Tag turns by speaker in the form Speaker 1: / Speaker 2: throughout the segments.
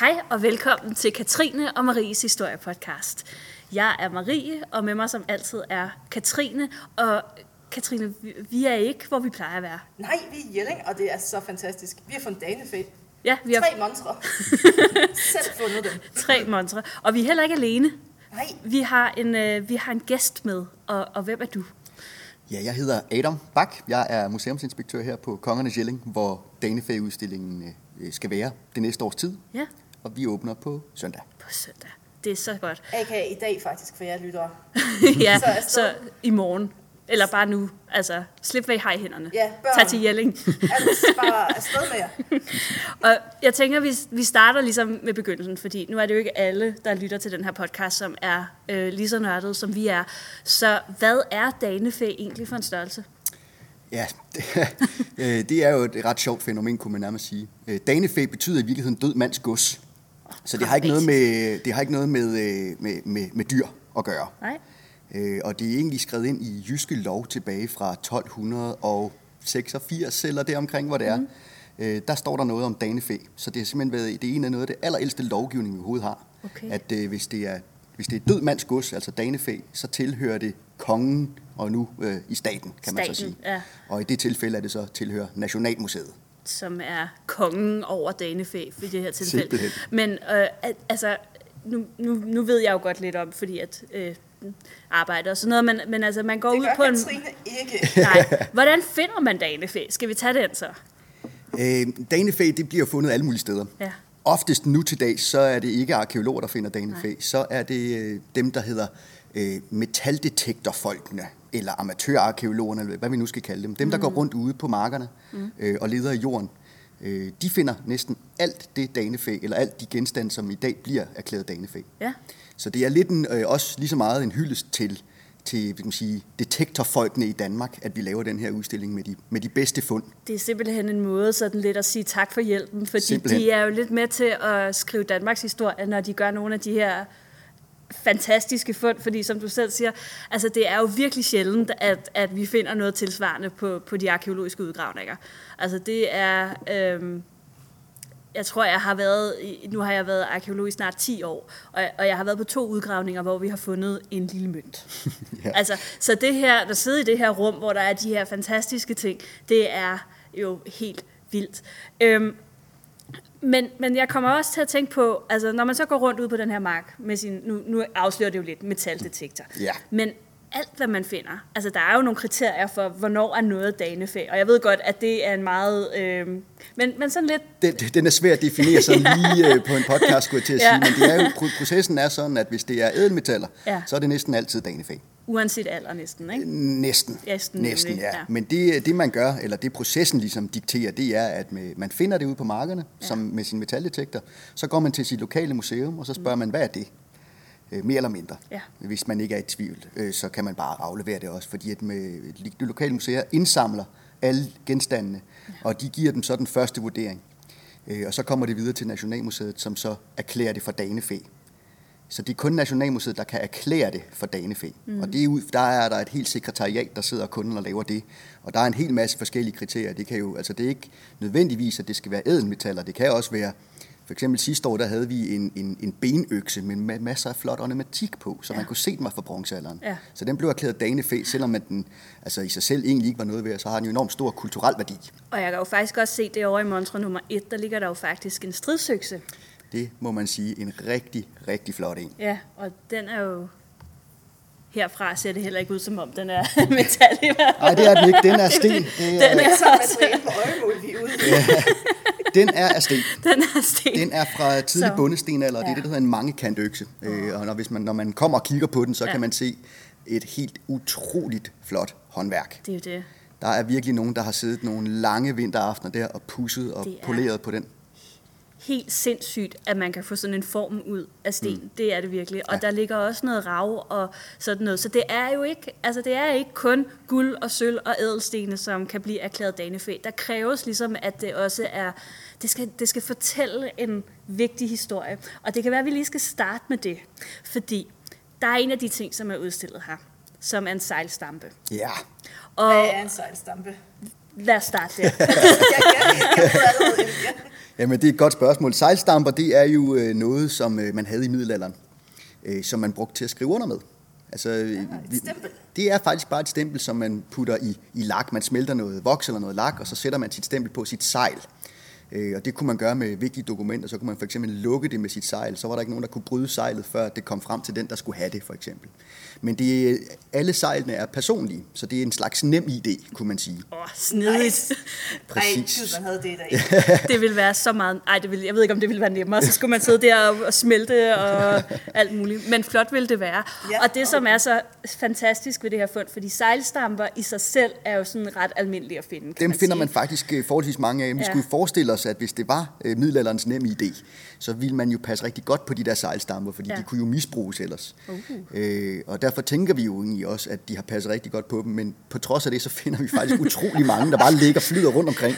Speaker 1: Hej og velkommen til Katrine og Maries historiepodcast. Jeg er Marie, og med mig som altid er Katrine. Og Katrine, vi- vi er ikke, hvor vi plejer at være.
Speaker 2: Nej, vi er i Jelling, og det er så fantastisk. Vi har fundet danefæ.
Speaker 1: Ja, vi har
Speaker 2: Tre monstre. Selv fundet dem.
Speaker 1: tre monstre, og vi er heller ikke alene.
Speaker 2: Nej,
Speaker 1: Vi har en, øh, vi har en gæst med, og, og hvem er du?
Speaker 3: Ja, jeg hedder Adam Bak. Jeg er museumsinspektør her på Kongernes Jelling, hvor Danefæ-udstillingen øh, skal være det næste års tid.
Speaker 1: Ja,
Speaker 3: Og vi åbner på søndag.
Speaker 1: på søndag. Det er så godt.
Speaker 2: aka i dag faktisk, for jeg lytter.
Speaker 1: ja,
Speaker 2: Så afsted.
Speaker 1: så i morgen. Eller bare nu. Altså, slip hvad I har i hænderne.
Speaker 2: Ja, børn.
Speaker 1: Tag til Jelling.
Speaker 2: Altså bare afsted med jer.
Speaker 1: Og jeg tænker, vi, vi starter ligesom med begyndelsen, fordi nu er det jo ikke alle, der lytter til den her podcast, som er øh, lige så nørdet, som vi er. Så hvad er Danefæ egentlig for en størrelse?
Speaker 3: Ja, det, øh, det er jo et ret sjovt fænomen, kunne man nærmest sige. Øh, Danefæ betyder i virkeligheden død mands gods. Så det har ikke noget med, det har ikke noget med, øh, med, med, med dyr at gøre.
Speaker 1: Nej?
Speaker 3: Øh, og det er egentlig skrevet ind i jyske lov tilbage fra 1286 eller deromkring, hvor det er.
Speaker 1: Mhm.
Speaker 3: Mm. Øh, der står der noget om danefæ, så det har simpelthen været det er en af noget af det allerældste lovgivning, vi overhovedet har.
Speaker 1: Okay.
Speaker 3: At øh, hvis, det er, hvis det er død mands gods, altså danefæ, så tilhører det kongen og nu øh, i staten, kan man så
Speaker 1: Staten,
Speaker 3: sige.
Speaker 1: ja.
Speaker 3: Og i det tilfælde er det så tilhører Nationalmuseet.
Speaker 1: som er kongen over Danefæ i det her tilfælde.
Speaker 3: Simpelthen.
Speaker 1: Men øh, al- altså, nu, nu, nu ved jeg jo godt lidt om, fordi at øh, arbejder og sådan noget, men, men altså, man går
Speaker 2: Det
Speaker 1: ud
Speaker 2: gør
Speaker 1: på en...
Speaker 2: Katrine ikke.
Speaker 1: Nej. Hvordan finder man Danefæ? Skal vi tage den så?
Speaker 3: Øh, danefæ, det bliver fundet alle mulige steder.
Speaker 1: Ja.
Speaker 3: Oftest nu til dag, så er det ikke arkeologer, der finder danefæ, så er det øh, dem, der hedder øh, metaldetektorfolkene, eller amatørarkeologerne, eller hvad vi nu skal kalde dem. Dem, der
Speaker 1: Mm.
Speaker 3: går rundt ude på markerne øh, og leder i jorden. Øh, de finder næsten alt det danefæ, eller alt de genstande, som i dag bliver erklæret danefæ.
Speaker 1: Ja.
Speaker 3: Så det er lidt en, øh, også lige så meget en hyldest til, til hvad kan man sige, detektorfolkene i Danmark, at vi laver den her udstilling med de, med de bedste fund.
Speaker 1: Det er simpelthen en måde sådan lidt at sige tak for hjælpen, fordi simpelthen.
Speaker 3: Simpelthen.
Speaker 1: de er jo lidt med til at skrive Danmarks historie, når de gør nogle af de her fantastiske fund, fordi som du selv siger, altså det er jo virkelig sjældent, at, at vi finder noget tilsvarende på, på de arkeologiske udgravninger. Altså det er, øhm, jeg tror jeg har været, i- nu har jeg været arkeolog i snart 10 år, og, og jeg har været på to udgravninger, hvor vi har fundet en lille mønt.
Speaker 3: Ja.
Speaker 1: Altså, så det her, der sidder i det her rum, hvor der er de her fantastiske ting, det er jo helt vildt. Øhm, men, men jeg kommer også til at tænke på, altså når man så går rundt ud på den her mark med sin, nu, nu afslører det jo lidt, metaldetektor.
Speaker 3: Ja.
Speaker 1: Men alt, hvad man finder, altså der er jo nogle kriterier for, hvornår er noget danefæ, og jeg ved godt, at det er en meget, øhm, men, men sådan lidt
Speaker 3: Den, den er svær at definere sådan lige øh, på en podcast, skulle jeg til at
Speaker 1: Ja.
Speaker 3: ja. sige, men det er jo, pro- processen er sådan, at hvis det er ædelmetaller,
Speaker 1: Ja.
Speaker 3: ja. så er det næsten altid danefæ.
Speaker 1: uanset alder næsten, ikke?
Speaker 3: Næsten.
Speaker 1: Næsten,
Speaker 3: Næsten,
Speaker 1: nemlig,
Speaker 3: ja.
Speaker 1: ja.
Speaker 3: Men det, det, man gør, eller det processen ligesom dikterer, det er, at med, man finder det ude på markerne ja. som med sin metaldetektor. Så går man til sit lokale museum, og så spørger man, hvad er det? Øh, mere eller mindre.
Speaker 1: Ja.
Speaker 3: Hvis man ikke er i tvivl, øh, så kan man bare aflevere det også, fordi at med, de lokale museer indsamler alle genstandene, ja. og de giver dem så den første vurdering. Øh, og så kommer det videre til Nationalmuseet, som så erklærer det for danefæ. Så det er kun Nationalmuseet, der kan erklære det for danefæ. Mm. Og det er ud, der er der et helt sekretariat, der sidder kunden og laver det. Og der er en hel masse forskellige kriterier. Det, kan jo, altså det er ikke nødvendigvis, at det skal være ædelmetaller. Det kan også være, for eksempel sidste år, der havde vi en, en, en benøkse med ma- masser af flot ornamentik på, så
Speaker 1: Ja.
Speaker 3: ja. man kunne se den var fra bronzealderen.
Speaker 1: Ja.
Speaker 3: Så den blev erklæret danefæ, selvom at den altså i sig selv egentlig ikke var noget værd, så har den jo enormt stor kulturel værdi.
Speaker 1: Og jeg kan jo faktisk også se det over i montre nummer 1, der ligger der jo faktisk en stridsøkse.
Speaker 3: Det må man sige en rigtig, rigtig flot en.
Speaker 1: Ja, og den er jo... Herfra ser det heller ikke ud, som om den er metal i hvert fald.
Speaker 3: Nej, det er den ikke. Den er sten. Det
Speaker 1: Den
Speaker 3: er,
Speaker 1: er,
Speaker 2: Så er materiale på øjemål, vi er ude. i.
Speaker 3: den er af sten.
Speaker 1: den er sten.
Speaker 3: Den er fra tidlig
Speaker 1: Så-
Speaker 3: så. bundestenalder, og det
Speaker 1: ja.
Speaker 3: er det, der hedder en mangekantøkse. Øh, og når, hvis man, når man kommer og kigger på den, så
Speaker 1: Ja.
Speaker 3: ja. kan man se et helt utroligt flot håndværk.
Speaker 1: Det er jo det.
Speaker 3: Der er virkelig nogen, der har siddet nogle lange vinteraftener der og pusset og
Speaker 1: Det er-
Speaker 3: poleret på den.
Speaker 1: Helt sindssygt, at man kan få sådan en form ud af sten. Mm. Det er det virkelig. Og ja. der ligger også noget rav og sådan noget. Så det er jo ikke, altså det er ikke kun guld og sølv og ædelstene, som kan blive erklæret danefæ. Der kræves ligesom, at det også er... Det skal, det skal fortælle en vigtig historie. Og det kan være, at vi lige skal starte med det. Fordi der er en af de ting, som er udstillet her, som er en sejlstampe.
Speaker 3: Ja,
Speaker 1: Og
Speaker 2: Hvad er en sejlstampe?
Speaker 1: lad os starte der.
Speaker 2: Jeg, jeg, jeg, jeg, jeg, jeg, jeg,
Speaker 3: Jamen, det er et godt spørgsmål. Sejlstamper, det er jo øh, noget, som øh, man havde i middelalderen, øh, som man brugte til at skrive under med. Altså, ja,
Speaker 2: stempel.
Speaker 3: det er faktisk bare et stempel, som man putter i, i lak. Man smelter noget voks eller noget lak, og så sætter man sit stempel på sit sejl. Øh, og det kunne man gøre med vigtige dokumenter. Så kunne man for eksempel lukke det med sit sejl. Så var der ikke nogen, der kunne bryde sejlet, før det kom frem til den, der skulle have det, for eksempel. Men det, øh, alle sejlene er personlige, så det er en slags nem idé, kunne man sige.
Speaker 1: Åh, oh, snedigt.
Speaker 2: Præcis.
Speaker 3: Præcis.
Speaker 2: Ej, gud, man havde det i dag.
Speaker 1: Det ville være så meget... Ej, det ville, jeg ved ikke, om det ville være nemmere. Så skulle man sidde der og, og smelte og alt muligt. Men flot ville det være.
Speaker 2: Ja,
Speaker 1: og det, som er så fantastisk ved det her fund, fordi sejlstamper i sig selv er jo sådan ret almindelige at finde. kan
Speaker 3: Dem finder
Speaker 1: sige.
Speaker 3: man faktisk øh, forholdsvis mange af. Vi
Speaker 1: Ja.
Speaker 3: ja. skulle forestille os, at hvis det var øh, middelalderens nem idé, så ville man jo passe rigtig godt på de der sejlstamper, fordi
Speaker 1: Ja. Uh.
Speaker 3: ja. de kunne jo misbruges ellers. Øh, og derfor tænker vi jo egentlig også, at de har passet rigtig godt på dem, men på trods af det, så finder vi faktisk utrolig mange, der bare ligger og flyder rundt omkring.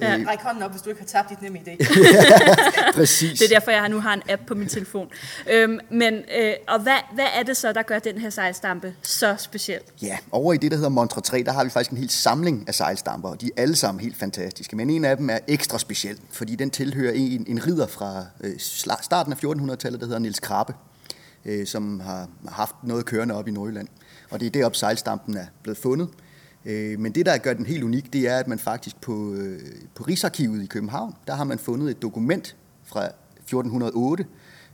Speaker 2: Jamen, øh, Ræk hånden op, hvis du ikke har tabt dit nemme idé.
Speaker 3: Præcis.
Speaker 1: Det er derfor, jeg nu har en app på min telefon. Øhm, men, øh, og hvad, hvad er det så, der gør den her sejlstampe så speciel?
Speaker 3: Ja, over i det, der hedder Montre 3, der har vi faktisk en hel samling af sejlstamper, og de er alle sammen helt fantastiske. Men en af dem er ekstra speciel, fordi den tilhører en, en ridder fra øh, sla- starten af 1400-tallet, der hedder Niels Krabbe, øh, som har haft noget kørende op i Nordjylland. Og det er deroppe, sejlstampen er blevet fundet. Øh, men det, der gør den helt unik, det er, at man faktisk på, øh, på Rigsarkivet i København, der har man fundet et dokument fra 1408,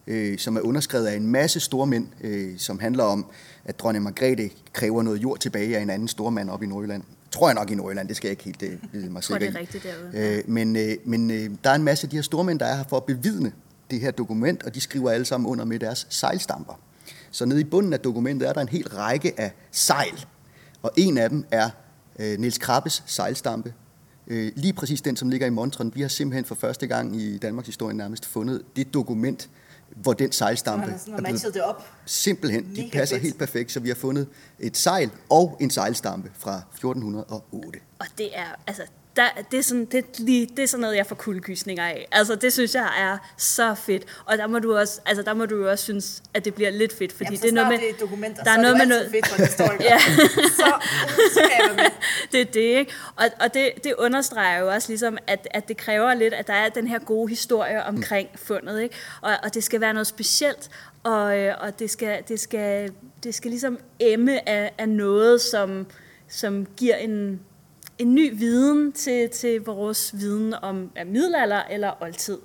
Speaker 3: øh, som er underskrevet af en masse stormænd, øh, som handler om, at dronning Margrethe kræver noget jord tilbage af en anden stormand op i Nordjylland. Tror jeg nok i Nordjylland, det skal jeg ikke helt øh, vide mig
Speaker 1: tror,
Speaker 3: sikker
Speaker 1: det er
Speaker 3: i.
Speaker 1: rigtigt derude.
Speaker 3: Øh, men øh, men øh, der er en masse af de her stormænd, der er her for at bevidne det her dokument, og de skriver alle sammen under med deres sejlstamper. Så nede i bunden af dokumentet er der en hel række af sejl, og en af dem er øh, Niels Krabbes sejlstampe. Øh, lige præcis den, som ligger i montren. Vi har simpelthen for første gang i Danmarks historie nærmest fundet det dokument, hvor den sejlstampe
Speaker 2: Man har sådan matchet det op.
Speaker 3: Simpelthen, de
Speaker 2: Mega
Speaker 3: passer
Speaker 2: fedt.
Speaker 3: helt perfekt, så vi har fundet et sejl og en sejlstampe fra 1408.
Speaker 1: Og det er, altså, der, det, er sådan, det, er lige, det er sådan noget, jeg får kuldegysninger af. Altså, det synes jeg er så fedt. Og der må du også, altså, der må du jo også synes, at det bliver lidt fedt, fordi
Speaker 2: Jamen, så
Speaker 1: det er noget med...
Speaker 2: snart det er dokumenter,
Speaker 1: der er
Speaker 2: så
Speaker 1: noget med
Speaker 2: det jo
Speaker 1: noget,
Speaker 2: altid fedt, når det står i
Speaker 1: Ja.
Speaker 2: Så, så kan jeg være med.
Speaker 1: det er det, ikke? Og, og det, det understreger jo også ligesom, at, at det kræver lidt, at der er den her gode historie omkring fundet, ikke? Og, og det skal være noget specielt, og, øh, og det, skal, det, skal, det skal ligesom emme af, af noget, som, som giver en, en ny viden til, til vores viden om ja, middelalder eller oldtid.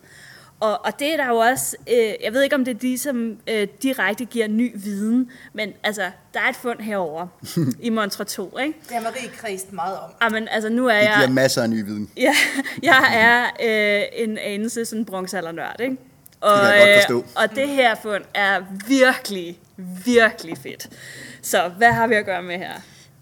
Speaker 1: Og, og det er der jo også, øh, jeg ved ikke om det er de, som øh, direkte giver ny viden, men altså, der er et fund herover i Montre 2, ikke?
Speaker 2: Det har Marie kredst meget om.
Speaker 1: Jamen, altså nu er
Speaker 3: Det giver
Speaker 1: jeg,
Speaker 3: masser af ny viden.
Speaker 1: ja, jeg er øh, en anelse sådan bronzealdernørd, ikke? Og,
Speaker 3: kan jeg godt
Speaker 1: øh,
Speaker 3: forstå.
Speaker 1: og det her fund er virkelig, virkelig fedt. Så hvad har vi at gøre med her?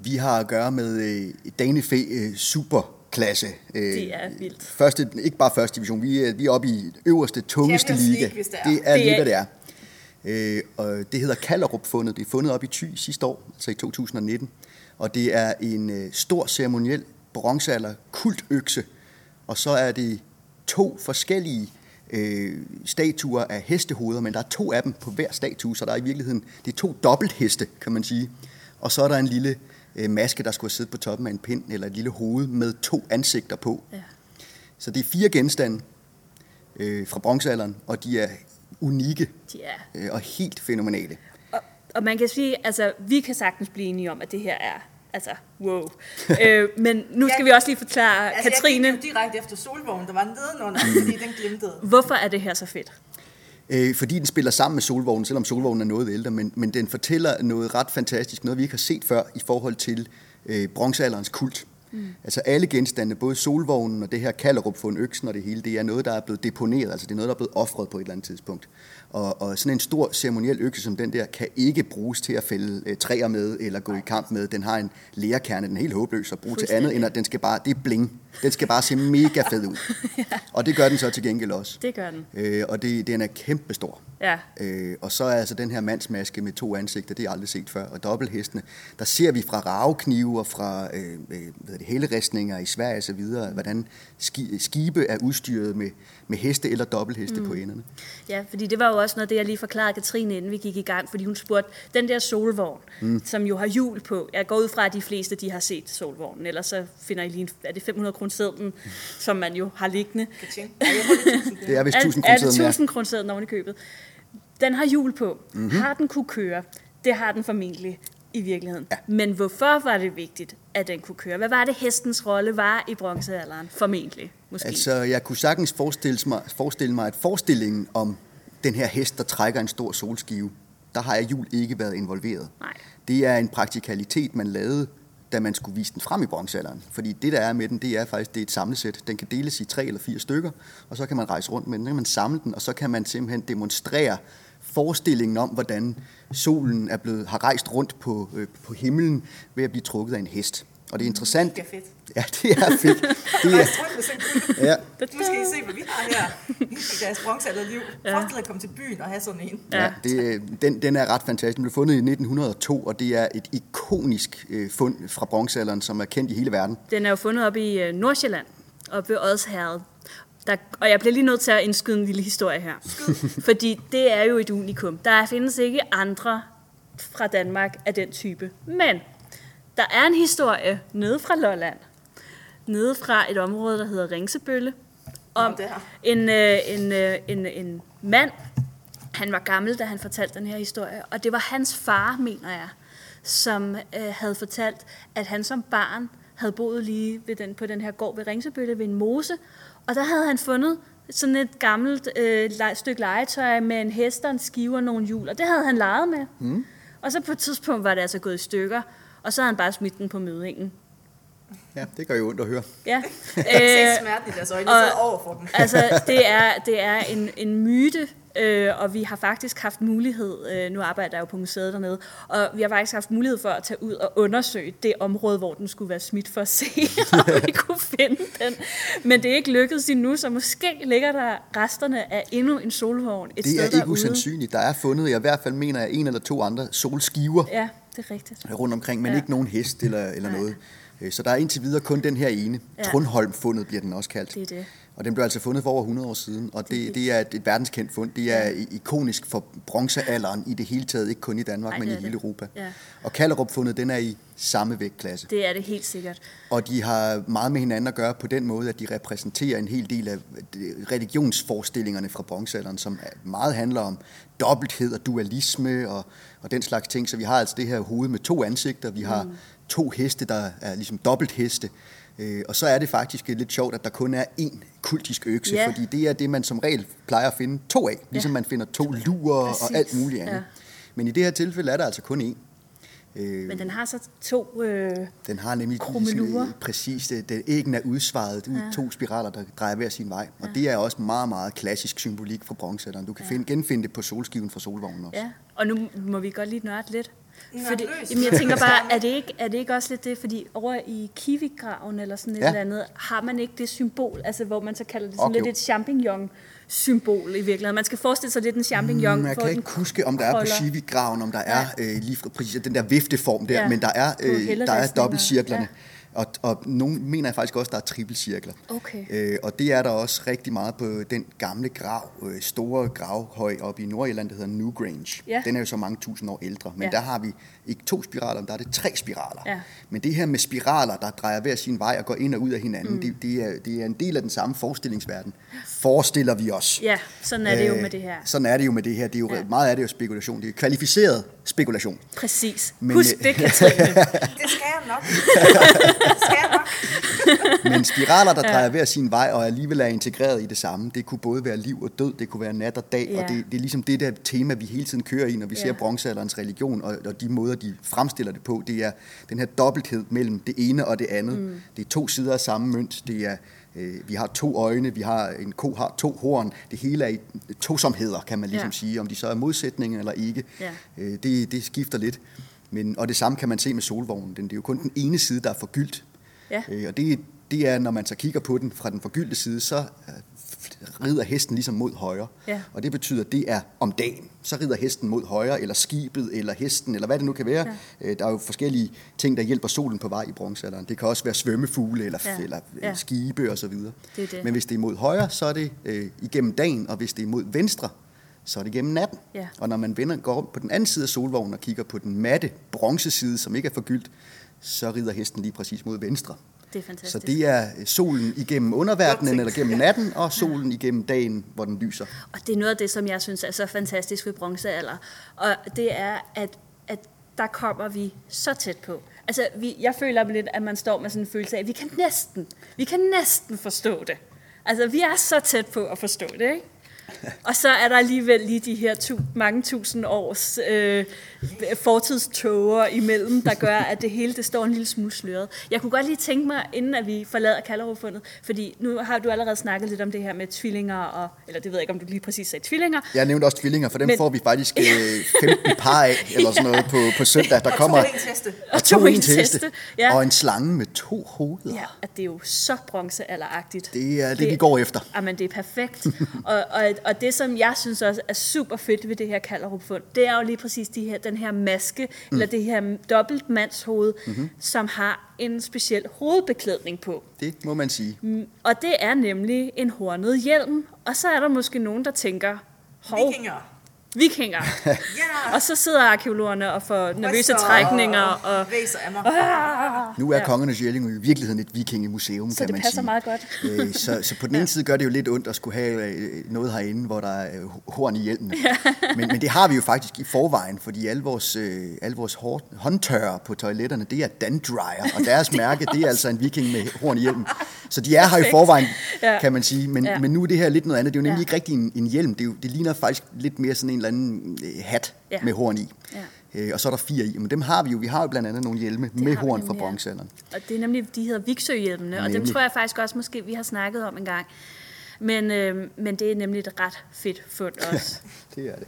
Speaker 3: Vi har at gøre med øh, Danefæ øh, superklasse. Øh,
Speaker 1: Det er vildt.
Speaker 3: Første, ikke bare første division, vi er, vi er oppe i øverste, tungeste
Speaker 2: Champions
Speaker 3: liga.
Speaker 2: League, hvis det er.
Speaker 3: det
Speaker 1: Det
Speaker 3: er
Speaker 1: er-
Speaker 3: lige, hvad det er. Øh, og det hedder Kallerup-fundet. Det er fundet op i Thy sidste år, altså i 2019. Og det er en øh, stor ceremoniel bronzealder kultøkse. Og så er det to forskellige øh, statuer af hestehoveder, men der er to af dem på hver statue, så der er i virkeligheden det er to dobbeltheste, kan man sige. Og så er der en lille øh, maske, der skulle have siddet på toppen af en pind, eller et lille hoved med to ansigter på.
Speaker 1: Ja.
Speaker 3: Så det er fire genstande øh, fra bronzealderen, og de er unikke
Speaker 1: De er
Speaker 3: øh, og helt fænomenale.
Speaker 1: Og, og man kan sige, altså, vi kan sagtens blive enige om, at det her er, altså, wow. øh, men nu skal
Speaker 2: Jeg-
Speaker 1: vi også lige forklare, altså, Katrine,
Speaker 2: Jeg gik jo direkte efter solvognen, der var nedenunder,
Speaker 3: Mm.
Speaker 2: fordi den glimtede.
Speaker 1: hvorfor er det her så fedt?
Speaker 3: Øh, fordi den spiller sammen med Solvognen, selvom Solvognen er noget ældre, men, men den fortæller noget ret fantastisk, noget vi ikke har set før i forhold til øh, bronzealderens kult. Mm. Altså alle genstande, både Solvognen og det her Kallerup for en øksen og det hele, det er noget, der er blevet deponeret, altså det er noget, der er blevet offret på et eller andet tidspunkt. Og, og sådan en stor ceremoniel økse som den der, kan ikke bruges til at fælde øh, træer med eller gå i kamp med. Den har en lærkerne, den er helt håbløs at bruge til andet, end at den skal bare, det er bling. Den skal bare se mega fed ud. ja. Og det gør den så til gengæld også.
Speaker 1: Det gør den.
Speaker 3: Øh, og det, den er kæmpestor.
Speaker 1: Ja.
Speaker 3: Øh, og så er altså den her mandsmaske med to ansigter, det er aldrig set før, og dobbelthestene. Der ser vi fra raveknive og fra øh, øh, hvad hedder det, helleristninger i Sverige osv., hvordan ski, skibe er udstyret med, med heste eller dobbeltheste mm. på enderne.
Speaker 1: Ja, fordi det var jo også noget af det, jeg lige forklarede Katrine, inden vi gik i gang, fordi hun spurgte, den der solvogn, mm. som jo har hjul på, jeg går ud fra, at de fleste de har set solvognen, ellers så finder I lige, en, er det 500 kronersedlen, som man jo har liggende.
Speaker 2: Kaching. Ej, jeg får lige 1000 kroner.
Speaker 3: Det er vist
Speaker 1: Er-
Speaker 3: 1000
Speaker 1: Er det
Speaker 3: kroner
Speaker 1: 1000 kroner oven i købet? Den har hjul på.
Speaker 3: Mhm.
Speaker 1: Mm-hmm. Har den kunne køre? Det har den formentlig i virkeligheden. Ja. Men hvorfor var det vigtigt, at den kunne køre? Hvad var det, hestens rolle var i bronzealderen? Formentlig, måske.
Speaker 3: Altså, jeg kunne sagtens forestille mig, forestille mig, at forestillingen om den her hest, der trækker en stor solskive, der har jeg jul ikke været involveret.
Speaker 1: Nej.
Speaker 3: Det er en praktikalitet, man lavede, da man skulle vise den frem i bronzealderen. Fordi det, der er med den, det er faktisk det er et samlesæt. Den kan deles i tre eller fire stykker, og så kan man rejse rundt med den, så kan man samle den, og så kan man simpelthen demonstrere forestillingen om, hvordan solen er blevet, har rejst rundt på, øh, på himlen ved at blive trukket af en hest. Og det er interessant.
Speaker 2: Mega fedt.
Speaker 3: Ja, det er fedt.
Speaker 2: Ej,
Speaker 3: Det er,
Speaker 2: jeg tror, det er så guld.
Speaker 3: ja.
Speaker 2: Nu skal I se, hvad vi har her. Vi fik deres bronzealderliv. Forestil dig at komme til byen og have sådan en.
Speaker 3: Ja, det, øh, den, den er ret fantastisk. Den blev fundet i 1902, og det er et ikonisk øh, fund fra bronzealderen, som er kendt i hele verden.
Speaker 1: Den er jo fundet op i øh, Nordsjælland, op ved Odsherred. Der, og jeg bliver lige nødt til at indskyde en lille historie her. Fordi det er jo et unikum. Der findes ikke andre fra Danmark af den type. Men der er en historie nede fra Lolland, nede fra et område, der hedder Ringsebølle, om
Speaker 2: Nå, det her.
Speaker 1: en, øh, en, øh, en, en mand. Han var gammel, da han fortalte den her historie, og det var hans far, mener jeg, som øh, havde fortalt, at han som barn havde boet lige ved den, på den her gård ved Ringsebølle ved en mose, og der havde han fundet sådan et gammelt øh, le- stykke legetøj med en hest og en skive og nogle hjul, og det havde han leget med. Mm. Og så på et tidspunkt var det altså gået i stykker, og så havde han bare smidt den på mødingen.
Speaker 3: Ja, det gør jo ondt at høre.
Speaker 1: Ja.
Speaker 2: Jeg kan
Speaker 1: Øh,
Speaker 2: se smerten i deres øjne. Jeg sidder over for dem.
Speaker 1: altså, det er, det er en, en myte, øh, og vi har faktisk haft mulighed, øh, nu arbejder jeg jo på museet dernede, og vi har faktisk haft mulighed for at tage ud og undersøge det område, hvor den skulle være smidt for at se, om vi kunne finde den. Men det er ikke lykkedes endnu, så måske ligger der resterne af endnu en solvogn et
Speaker 3: Det
Speaker 1: sted
Speaker 3: er ikke
Speaker 1: derude.
Speaker 3: usandsynligt. Der er fundet, jeg i hvert fald mener jeg, en eller to andre solskiver
Speaker 1: Ja, det er rigtigt.
Speaker 3: rundt omkring, men
Speaker 1: Ja.
Speaker 3: ja. ikke nogen hest eller, eller
Speaker 1: Nej.
Speaker 3: noget. Øh, Så der er indtil videre kun den her ene.
Speaker 1: Ja.
Speaker 3: Ja. Trundholm-fundet bliver den også kaldt.
Speaker 1: Det er det.
Speaker 3: Og den blev altså fundet for over 100 år siden, og det, det er et, et verdenskendt fund. Det er i- ikonisk for bronzealderen i det hele taget, ikke kun i Danmark,
Speaker 1: Ej,
Speaker 3: men
Speaker 1: det
Speaker 3: i
Speaker 1: er
Speaker 3: hele
Speaker 1: det.
Speaker 3: Europa.
Speaker 1: Ja.
Speaker 3: Og Kallerup-fundet, den er i samme vægtklasse.
Speaker 1: Det er det helt sikkert.
Speaker 3: Og de har meget med hinanden at gøre på den måde, at de repræsenterer en hel del af øh, religionsforestillingerne fra bronzealderen, som er- meget handler om dobbelthed og dualisme og, og den slags ting. Så vi har altså det her hoved med to ansigter, vi har mm. to heste, der er ligesom dobbeltheste. Øh, Og så er det faktisk lidt sjovt, at der kun er én kultisk økse,
Speaker 1: Ja.
Speaker 3: fordi det er det, man som regel plejer at finde to af, ligesom
Speaker 1: Ja.
Speaker 3: man finder to lurer og alt
Speaker 1: Præcis,
Speaker 3: muligt andet.
Speaker 1: ja.
Speaker 3: Men i det her tilfælde er der altså kun én. Øh,
Speaker 1: Men den har så to... Øh,
Speaker 3: den har nemlig
Speaker 1: Krummelurer.
Speaker 3: øh, præcis det. Den, æggen er udsvaret ud ja. to spiraler, der drejer hver sin vej. Og det er også meget, meget klassisk symbolik fra bronzealderen. Du kan ja. finde, genfinde det på solskiven fra solvognen også.
Speaker 1: Ja, og nu må vi godt lige nørde lidt.
Speaker 2: Nørd
Speaker 1: Fordi,
Speaker 2: løs.
Speaker 1: jamen, jeg tænker bare, er det, ikke, er det ikke også lidt det, fordi over i Kivigraven eller sådan et ja.
Speaker 3: Ja.
Speaker 1: eller andet, har man ikke det symbol, altså hvor man så kalder det sådan
Speaker 3: Og
Speaker 1: lidt
Speaker 3: jo.
Speaker 1: et champignon-symbol i virkeligheden. Man skal forestille sig lidt en champignon.
Speaker 3: Mm, jeg
Speaker 1: hvor
Speaker 3: kan ikke
Speaker 1: den
Speaker 3: huske, om der er på
Speaker 1: krøller.
Speaker 3: Shivik-graven, om der er øh, lige fra, præcis den der vifteform der,
Speaker 1: Ja.
Speaker 3: men der er,
Speaker 1: Nogle
Speaker 3: øh, der er
Speaker 1: helleristninger.
Speaker 3: dobbeltcirklerne. Og, og nogle mener jeg faktisk også, der er trippelcirkler.
Speaker 1: Okay.
Speaker 3: Øh, og det er der også rigtig meget på den gamle grav, øh, store gravhøj oppe i Nordjylland, der hedder Newgrange.
Speaker 1: Ja.
Speaker 3: Den er jo så mange tusind år ældre, men
Speaker 1: Ja.
Speaker 3: der har vi ikke to spiraler, men der er det tre spiraler.
Speaker 1: Ja.
Speaker 3: Men det her med spiraler, der drejer hver sin vej og går ind og ud af hinanden, mm. det, det, er, det er en del af den samme forestillingsverden, forestiller vi os.
Speaker 1: Ja, sådan er det jo
Speaker 3: Øh,
Speaker 1: med det her.
Speaker 3: Sådan er det jo med det her. Det er jo,
Speaker 1: Ja.
Speaker 3: ja. Meget af det er jo spekulation. Det er kvalificeret spekulation.
Speaker 1: Præcis. Men,
Speaker 3: Men,
Speaker 1: Husk
Speaker 3: øh,
Speaker 1: det, Katrine.
Speaker 2: Det skal jeg nok. Det skal jeg nok.
Speaker 3: Men spiraler, der drejer hver sin vej og alligevel er integreret i det samme, det kunne både være liv og død, det kunne være nat og dag,
Speaker 1: Ja.
Speaker 3: ja. og det, det er ligesom det der tema, vi hele tiden kører i, når vi
Speaker 1: Ja.
Speaker 3: ser bronzealderens religion, og, og de måder, de fremstiller det på, det er den her dobbelthed mellem det ene og det andet. Mm. Det er to sider af samme mønt, det er, øh, vi har to øjne, vi har en ko har to horn, det hele er i tosomheder, kan man ligesom
Speaker 1: Ja.
Speaker 3: ja. sige, om de så er modsætninger eller ikke,
Speaker 1: Ja.
Speaker 3: øh, det, det skifter lidt. Men, og det samme kan man se med solvognen. Den, det er jo kun den ene side, der er forgyldt.
Speaker 1: Ja.
Speaker 3: Øh, og det, det er, når man så kigger på den fra den forgyldte side, så øh, rider hesten ligesom mod højre.
Speaker 1: Ja.
Speaker 3: Og det betyder, at det er om dagen. Så rider hesten mod højre, eller skibet, eller hesten, eller hvad det nu kan være. Ja. Der er jo forskellige ting, der hjælper solen på vej i bronzealderen. Det kan også være svømmefugle, eller,
Speaker 1: Ja.
Speaker 3: ja. eller
Speaker 1: Ja.
Speaker 3: ja. skibe osv. Det
Speaker 1: er det.
Speaker 3: Men hvis det er mod højre, så er det øh, igennem dagen, og hvis det er mod venstre, så er det gennem natten.
Speaker 1: Ja.
Speaker 3: Og når man vender, går om på den anden side af solvognen og kigger på den matte bronzeside, som ikke er forgyldt, så rider hesten lige præcis mod venstre.
Speaker 1: Det er fantastisk.
Speaker 3: Så det er øh, solen igennem underverdenen,
Speaker 2: tænkt.
Speaker 3: eller gennem natten, og solen igennem dagen, hvor den lyser.
Speaker 1: Og det er noget af det, som jeg synes er så fantastisk ved bronzealder. Og det er, at, at der kommer vi så tæt på. Altså, vi, jeg føler lidt, at man står med sådan en følelse af, at vi kan næsten, vi kan næsten forstå det. Altså, vi er så tæt på at forstå det, ikke? Og så er der alligevel lige de her tu- mange tusind års øh, fortidståger imellem, der gør, at det hele det står en lille smule sløret. Jeg kunne godt lige tænke mig, inden at vi forlader Kallerup-fundet, fordi nu har du allerede snakket lidt om det her med tvillinger, og, eller det ved jeg ikke, om du lige præcis sagde tvillinger.
Speaker 3: Jeg nævnte også tvillinger, for dem
Speaker 1: Men-
Speaker 3: Men... får vi faktisk øh, 15 par af, eller sådan noget, på, på søndag. Der
Speaker 2: Og
Speaker 3: kommer
Speaker 2: to teste.
Speaker 3: og to en til
Speaker 1: heste,
Speaker 3: heste,
Speaker 1: ja.
Speaker 3: og en slange med to hoveder.
Speaker 1: Ja, at det er jo så bronzealderagtigt.
Speaker 3: Det er det, vi går efter.
Speaker 1: Jamen, det er perfekt. og, og, og det, som jeg synes også er super fedt ved det her Kallerup-fund, det er jo lige præcis de her, den her maske, mm. eller det her dobbelt mandshoved, mm-hmm. som har en speciel hovedbeklædning på.
Speaker 3: Det må man sige.
Speaker 1: Mm, Og det er nemlig en hornet hjelm. Og så er der måske nogen, der tænker, hov,
Speaker 2: Vikinger.
Speaker 1: vikinger.
Speaker 2: Ja.
Speaker 1: og så sidder arkeologerne og får nervøse
Speaker 2: Ryster
Speaker 1: trækninger. Og,
Speaker 2: Væser af mig.
Speaker 3: Nu er Kongernes Jelling jo i virkeligheden et vikingemuseum,
Speaker 1: Så
Speaker 3: kan
Speaker 1: det
Speaker 3: man
Speaker 1: passer
Speaker 3: sige.
Speaker 1: meget godt.
Speaker 3: Øh, så, så på den ene side gør det jo lidt ondt at skulle have øh, noget herinde, hvor der er øh, horn i hjelmen. Men, men det har vi jo faktisk i forvejen, fordi alle vores, øh, alle vores hår, håndtørrer på toiletterne, det er Dandryer, og deres mærke, det er altså en viking med horn i hjelmen. Så de er her i forvejen,
Speaker 1: Ja.
Speaker 3: kan man sige. Men,
Speaker 1: Ja.
Speaker 3: men nu er det her lidt noget andet. Det er jo nemlig
Speaker 1: Ja.
Speaker 3: ikke rigtig en, en hjelm. Det, er jo, det ligner faktisk lidt mere sådan en eller anden øh, hat
Speaker 1: Ja.
Speaker 3: med horn i.
Speaker 1: Ja.
Speaker 3: Øh, og så er der fire i, men dem har vi jo. Vi har jo blandt andet nogle hjelme med
Speaker 1: har vi
Speaker 3: horn fra
Speaker 1: nemlig, ja.
Speaker 3: bronzealderen.
Speaker 1: Og det er nemlig, de hedder Viksøhjelmene, og dem
Speaker 3: Nemlig.
Speaker 1: tror jeg faktisk også, måske vi har snakket om en gang. Men, øh, men det er nemlig et ret fedt fund også.
Speaker 3: Det er det.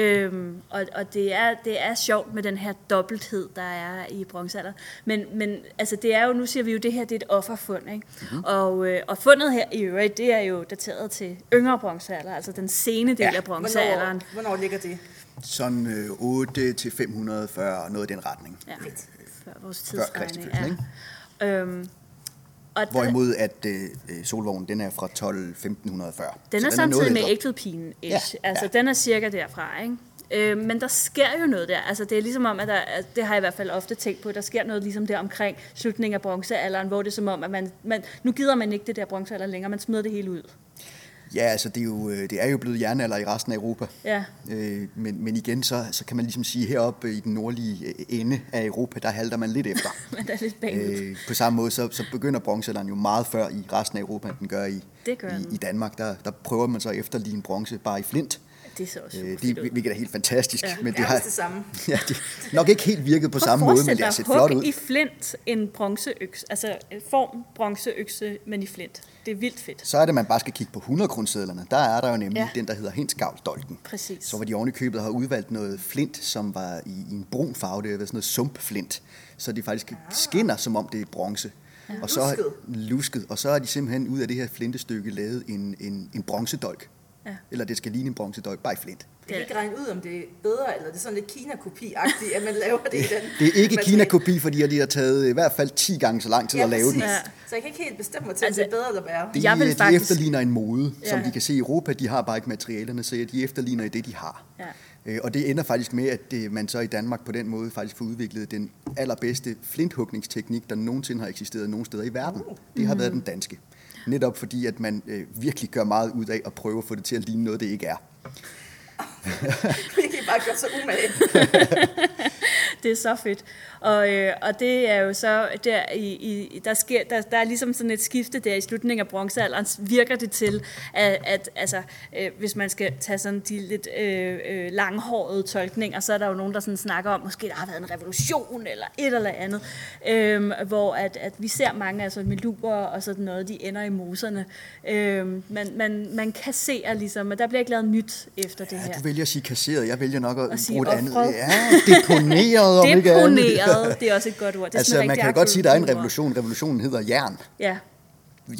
Speaker 1: øhm, og og det, er, det er sjovt med den her dobbelthed, der er i bronzealder. Men, men altså, det er jo, nu siger vi jo, det her det er et offerfund. Ikke?
Speaker 3: Mhm.
Speaker 1: Mm-hmm. Og, øh, og fundet her i øvrigt, det er jo dateret til yngre bronzealder, altså den sene del ja, af bronzealderen.
Speaker 2: Hvornår, hvornår ligger det?
Speaker 3: Sådan øh, 8 til 540, noget i den retning.
Speaker 1: Ja, før vores
Speaker 3: Før Kristi
Speaker 1: tidsregning.
Speaker 3: fødsel, ikke?
Speaker 1: ja. øhm, og
Speaker 3: Hvorimod at øh, øh, solvognen, den er fra 12 1540.
Speaker 1: Den
Speaker 3: Så
Speaker 1: er
Speaker 3: noget
Speaker 1: samtidig med
Speaker 3: ældre.
Speaker 1: ægtved pinen ja,
Speaker 3: Ja,
Speaker 1: Altså,
Speaker 3: ja.
Speaker 1: den er cirka derfra, ikke? Øh, men der sker jo noget der. Altså, det er ligesom om, at der, at det har jeg i hvert fald ofte tænkt på, der sker noget ligesom der omkring slutningen af bronzealderen, hvor det er som om, at man, man nu gider man ikke det der bronzealder længere, man smider det hele ud.
Speaker 3: Ja, altså det er jo, øh, det er jo blevet jernalder i resten af Europa.
Speaker 1: Ja.
Speaker 3: Øh, men, men igen, så, så kan man ligesom sige, heroppe øh, i den nordlige øh, ende af Europa, der halter man lidt efter.
Speaker 1: Man er lidt bagud. Øh,
Speaker 3: øh, på samme måde, så, så begynder bronzealderen jo meget før i resten af Europa, end den gør i,
Speaker 1: Det gør den.
Speaker 3: i, i Danmark. Der, der prøver man så at efterligne bronze bare i flint.
Speaker 1: det er så også
Speaker 3: Øh,
Speaker 1: super
Speaker 3: det,
Speaker 1: fedt ud.
Speaker 3: hvilket er helt fantastisk. Ja, men det
Speaker 2: Nærmest
Speaker 3: har
Speaker 2: det samme.
Speaker 3: Ja, det nok ikke helt virket på samme
Speaker 1: Prøv at
Speaker 3: måde, men det har
Speaker 1: forestille
Speaker 3: set
Speaker 1: dig
Speaker 3: flot
Speaker 1: hug
Speaker 3: ud.
Speaker 1: i flint en bronzeøks. Altså, en form bronzeøkse, men i flint. Det er vildt fedt.
Speaker 3: Så er det, man bare skal kigge på 100 kronesedlerne. Der er der jo nemlig
Speaker 1: Ja.
Speaker 3: ja. den, der hedder henskavldolken.
Speaker 1: Præcis.
Speaker 3: Så hvor de oven i købet har udvalgt noget flint, som var i, i en brun farve. Det er sådan noget sumpflint. Så de faktisk skinner, som om det er bronze. Ja. Og så
Speaker 2: Lusket.
Speaker 3: lusket. Og så har de simpelthen ud af det her flintestykke lavet en, en, en bronzedolk.
Speaker 1: Ja.
Speaker 3: Eller det skal ligne en bronzedolk, bare i flint.
Speaker 2: Jeg kan ikke regne ud, om det er bedre, eller det er sådan lidt Kina-kopi-agtigt, at man laver det i den.
Speaker 3: Det er
Speaker 2: materiale.
Speaker 3: ikke Kina-kopi, fordi de har taget i hvert fald 10 gange så lang tid
Speaker 2: Ja,
Speaker 3: at lave
Speaker 2: præcis.
Speaker 3: den.
Speaker 1: Ja.
Speaker 2: Så jeg kan ikke helt bestemme mig til,
Speaker 1: Altså,
Speaker 2: altså, om det er bedre eller værre.
Speaker 3: De,
Speaker 1: Jeg vil
Speaker 3: de
Speaker 1: faktisk-
Speaker 3: efterligner en mode, ja. som
Speaker 1: Ja.
Speaker 3: de kan se i Europa. De har bare ikke materialerne, så de efterligner det, de har.
Speaker 1: Ja.
Speaker 3: Øh, Og det ender faktisk med, at øh, man så i Danmark på den måde faktisk får udviklet den allerbedste flinthugningsteknik, der nogensinde har eksisteret nogen steder i verden. Det har været den danske. Netop fordi, at man øh, virkelig gør meget ud af at prøve at få det til at ligne noget, det ikke er.
Speaker 2: Vi kan bare gøre så umage.
Speaker 1: Det er så fedt. Og, øh, og det er jo så, der, i, i, der, sker, der, der er ligesom sådan et skifte der i slutningen af bronzealderen, virker det til, at, at altså, øh, hvis man skal tage sådan de lidt øh, øh, langhårede tolkninger, så er der jo nogen, der sådan snakker om, måske der har været en revolution eller et eller andet, øh, hvor at, at vi ser mange altså meluber og sådan noget, de ender i moserne. Øh, man, man, man kasserer ligesom, og der bliver ikke lavet nyt efter det her.
Speaker 3: Ja, du vælger at sige kasseret, jeg vælger nok at,
Speaker 1: At sige
Speaker 3: bruge et andet.
Speaker 1: ofret.
Speaker 3: Ja, deponeret. om ikke andet.
Speaker 1: Deponeret, det er også et godt ord. Det er
Speaker 3: Altså,
Speaker 1: sådan et
Speaker 3: man
Speaker 1: rigtig
Speaker 3: kan godt sige, at der er en
Speaker 1: arkæologiord.
Speaker 3: revolution. Revolutionen hedder jern.
Speaker 1: Ja,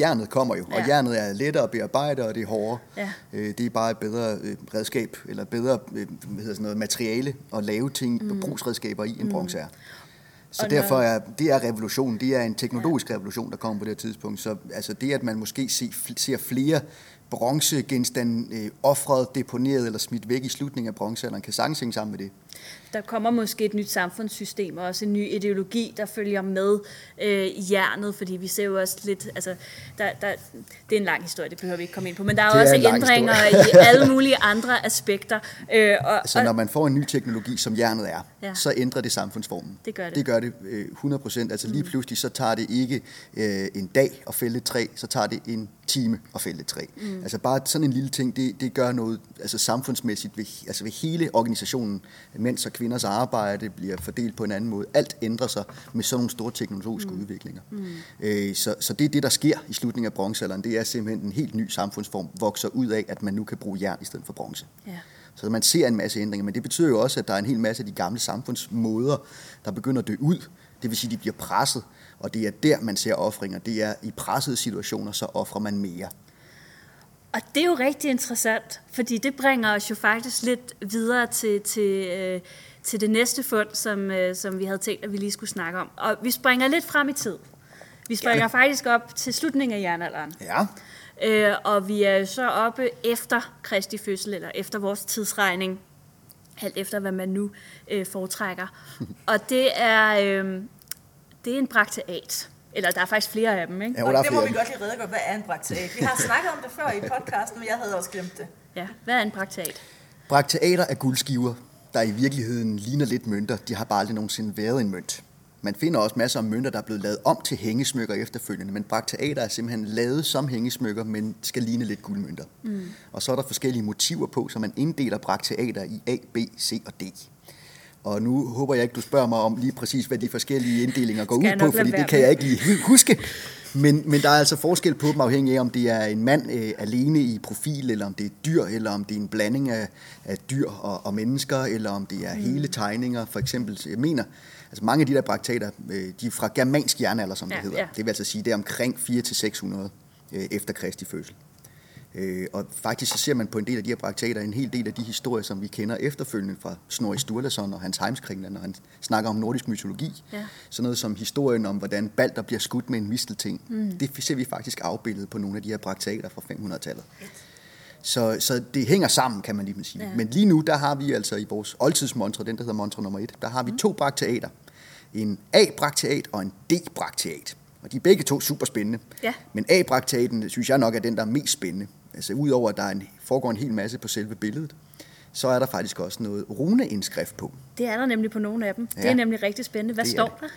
Speaker 3: jernet kommer jo, ja.
Speaker 1: Ja.
Speaker 3: og jernet er lettere at bearbejde, og det er hårdere.
Speaker 1: Ja.
Speaker 3: Øh, det er bare et bedre øh, redskab, eller bedre øh, hvad hedder sådan noget, materiale at lave ting, mm. brugsredskaber i, end bronze er. Så
Speaker 1: Og
Speaker 3: og derfor er det er revolution, det er en teknologisk ja. revolution, der kommer på det her tidspunkt. Så altså det, at man måske se, fl- ser flere bronzegenstande øh, offret, deponeret eller smidt væk i slutningen af bronzealderen, kan sagtens hænge sammen med det.
Speaker 1: Der kommer måske et nyt samfundssystem og også en ny ideologi, der følger med øh, jernet, fordi vi ser jo også lidt, altså, der, der, det er en lang historie, det behøver vi ikke komme ind på, men der er,
Speaker 3: Det er
Speaker 1: er også
Speaker 3: en lang
Speaker 1: ændringer i
Speaker 3: historie.
Speaker 1: alle mulige andre aspekter. Øh, og,
Speaker 3: Så når man får en ny teknologi, som jernet er,
Speaker 1: Ja.
Speaker 3: ja. så ændrer det samfundsformen.
Speaker 1: Det gør det. Mm.
Speaker 3: Det gør det øh, 100%. Altså lige pludselig, så tager det ikke øh, en dag at fælde et træ, så tager det en time at fælde et træ. Mm. Altså bare sådan en lille ting, det, det gør noget altså samfundsmæssigt ved, altså ved hele organisationen. Mænds og kvinders arbejde bliver fordelt på en anden måde. Alt ændrer sig med sådan nogle store teknologiske mm. udviklinger. Mm. Øh, så, så det er det, der sker i slutningen af bronzealderen. Det er simpelthen en helt ny samfundsform, vokser ud af, at man nu kan bruge jern i stedet for bronze.
Speaker 1: Ja.
Speaker 3: Så man ser en masse ændringer, men det betyder jo også, at der er en hel masse af de gamle samfundsmåder, der begynder at dø ud. Det vil sige, at de bliver presset, og det er der, man ser offringer. Det er i pressede situationer, så offrer man mere.
Speaker 1: Og det er jo rigtig interessant, fordi det bringer os jo faktisk lidt videre til, til, øh, til det næste fund, som, øh, som vi havde tænkt, at vi lige skulle snakke om. Og vi springer lidt frem i tid. Vi springer
Speaker 3: Gerne.
Speaker 1: faktisk op til slutningen af jernalderen.
Speaker 3: Ja,
Speaker 1: Øh, og vi er jo så oppe efter Kristi fødsel, eller efter vores tidsregning, alt efter hvad man nu øh, foretrækker. Og det er, øh, det er en brakteat. Eller der er faktisk flere af dem, ikke?
Speaker 3: ja
Speaker 2: Og
Speaker 3: og der er
Speaker 2: det må vi
Speaker 3: flere.
Speaker 2: godt lige redegøre, hvad er en brakteat? Vi har snakket om det før i podcasten, men jeg havde også glemt det.
Speaker 1: Ja, hvad er en brakteat?
Speaker 3: Brakteater er guldskiver, der i virkeligheden ligner lidt mønter. De har bare aldrig nogensinde været en mønt. Man finder også masser af mønter, der er blevet lavet om til hængesmykker efterfølgende, men brakteater er simpelthen lavet som hængesmykker, men skal ligne lidt guldmønter. Mm. Og så er der forskellige motiver på, så man inddeler brakteater i A, B, C og D. Og nu håber jeg ikke, du spørger mig om lige præcis, hvad de forskellige inddelinger går
Speaker 1: Skal jeg
Speaker 3: ud på,
Speaker 1: nok lade
Speaker 3: fordi
Speaker 1: være
Speaker 3: det kan
Speaker 1: med.
Speaker 3: jeg ikke lige helt huske. Men, men der er altså forskel på dem afhængig af, om det er en mand øh, alene i profil, eller om det er et dyr, eller om det er en blanding af, af dyr og, og mennesker, eller om det
Speaker 1: Mm.
Speaker 3: er hele tegninger. For eksempel, jeg mener, altså mange af de der braktater, øh, de er fra germansk jernalder, som
Speaker 1: Ja,
Speaker 3: det hedder.
Speaker 1: ja.
Speaker 3: Det vil altså sige, det er omkring 400-600 øh, efter Kristi fødsel. Øh, og faktisk så ser man på en del af de her braktater, en hel del af de historier, som vi kender efterfølgende fra Snorri Sturlason og Hans Heimskringland, når han snakker om nordisk mytologi.
Speaker 1: Ja.
Speaker 3: Sådan noget som historien om, hvordan Balder bliver skudt med en mistelting. Mm. Det ser vi faktisk afbildet på nogle af de her braktater fra 500-tallet. Så, så det hænger sammen, kan man lige sige.
Speaker 1: Ja.
Speaker 3: Ja. Men lige nu, der har vi altså i vores oldtidsmontre, den der hedder montre nummer 1, der har vi
Speaker 1: Mm.
Speaker 3: to brakteater. En A-brakteat og en D-brakteat. Og de er begge to super spændende.
Speaker 1: Ja.
Speaker 3: Men A-brakteaten, synes jeg nok, er den, der er mest spændende. Altså udover, at der er en, foregår en hel masse på selve billedet, så er der faktisk også noget runeindskrift på.
Speaker 1: Det er der nemlig på nogle af dem. Ja. Det
Speaker 3: Ja.
Speaker 1: er nemlig rigtig spændende. Hvad
Speaker 3: Det er
Speaker 1: står
Speaker 3: det.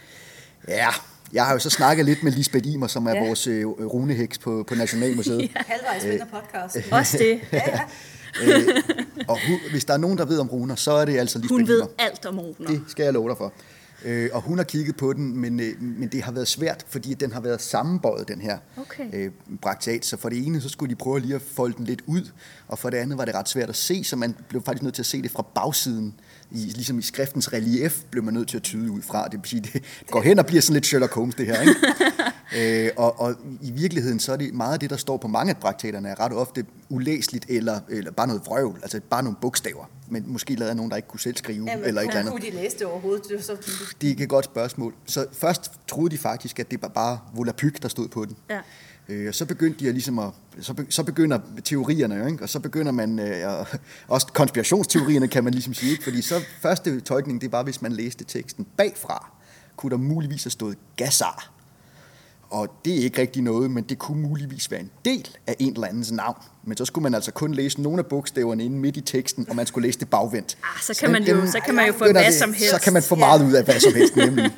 Speaker 1: der?
Speaker 3: Ja, jeg har jo så snakket lidt med Lisbeth Imer, som er
Speaker 1: Ja.
Speaker 3: ja. vores øh, runeheks på, på Nationalmuseet. ja.
Speaker 2: Halvvejs
Speaker 3: Øh,
Speaker 2: vinder podcasten.
Speaker 1: Også det.
Speaker 3: Og hun, hvis der er nogen, der ved om runer, så er det altså Lisbeth
Speaker 1: Hun ved
Speaker 3: Imer.
Speaker 1: alt om runer.
Speaker 3: Det skal jeg love dig for. Øh, og hun har kigget på den, men, øh, men det har været svært, fordi den har været sammenbøjet, den her
Speaker 1: Okay.
Speaker 3: øh, braktat. Så for det ene, så skulle de prøve lige at folde den lidt ud, og for det andet var det ret svært at se, så man blev faktisk nødt til at se det fra bagsiden. I, ligesom i skriftens relief blev man nødt til at tyde ud fra. Det vil sige, det går hen og bliver sådan lidt Sherlock Holmes, det her. Ikke? øh, og, og i virkeligheden, så er det meget af det, der står på mange af braktaterne, er ret ofte ulæseligt, eller, eller bare noget vrøvl, altså bare nogle bogstaver. Men måske lavet af nogen, der ikke kunne selv skrive,
Speaker 2: Jamen,
Speaker 3: eller et eller andet.
Speaker 2: Kunne de læse det overhovedet? Det var så...
Speaker 3: Det er et godt spørgsmål. Så først troede de faktisk, at det var bare Volapyk, der stod på den.
Speaker 1: Ja.
Speaker 3: Øh, og så begyndte de at ligesom at, så, be, så begynder teorierne jo, ikke? og så begynder man, øh, at, også konspirationsteorierne kan man ligesom sige, ikke? fordi så første tolkning, det var, hvis man læste teksten bagfra, kunne der muligvis have stået Gazar. Og det er ikke rigtig noget, men det kunne muligvis være en del af en eller andens navn. Men så skulle man altså kun læse nogle af bogstaverne inde midt i teksten, og man skulle læse det bagvendt.
Speaker 1: Ah, så kan man jo- så kan man jo få
Speaker 3: den er
Speaker 1: hvad
Speaker 3: det-
Speaker 1: som helst.
Speaker 3: Så kan man få
Speaker 2: Ja.
Speaker 3: meget ud af hvad som helst, nemlig.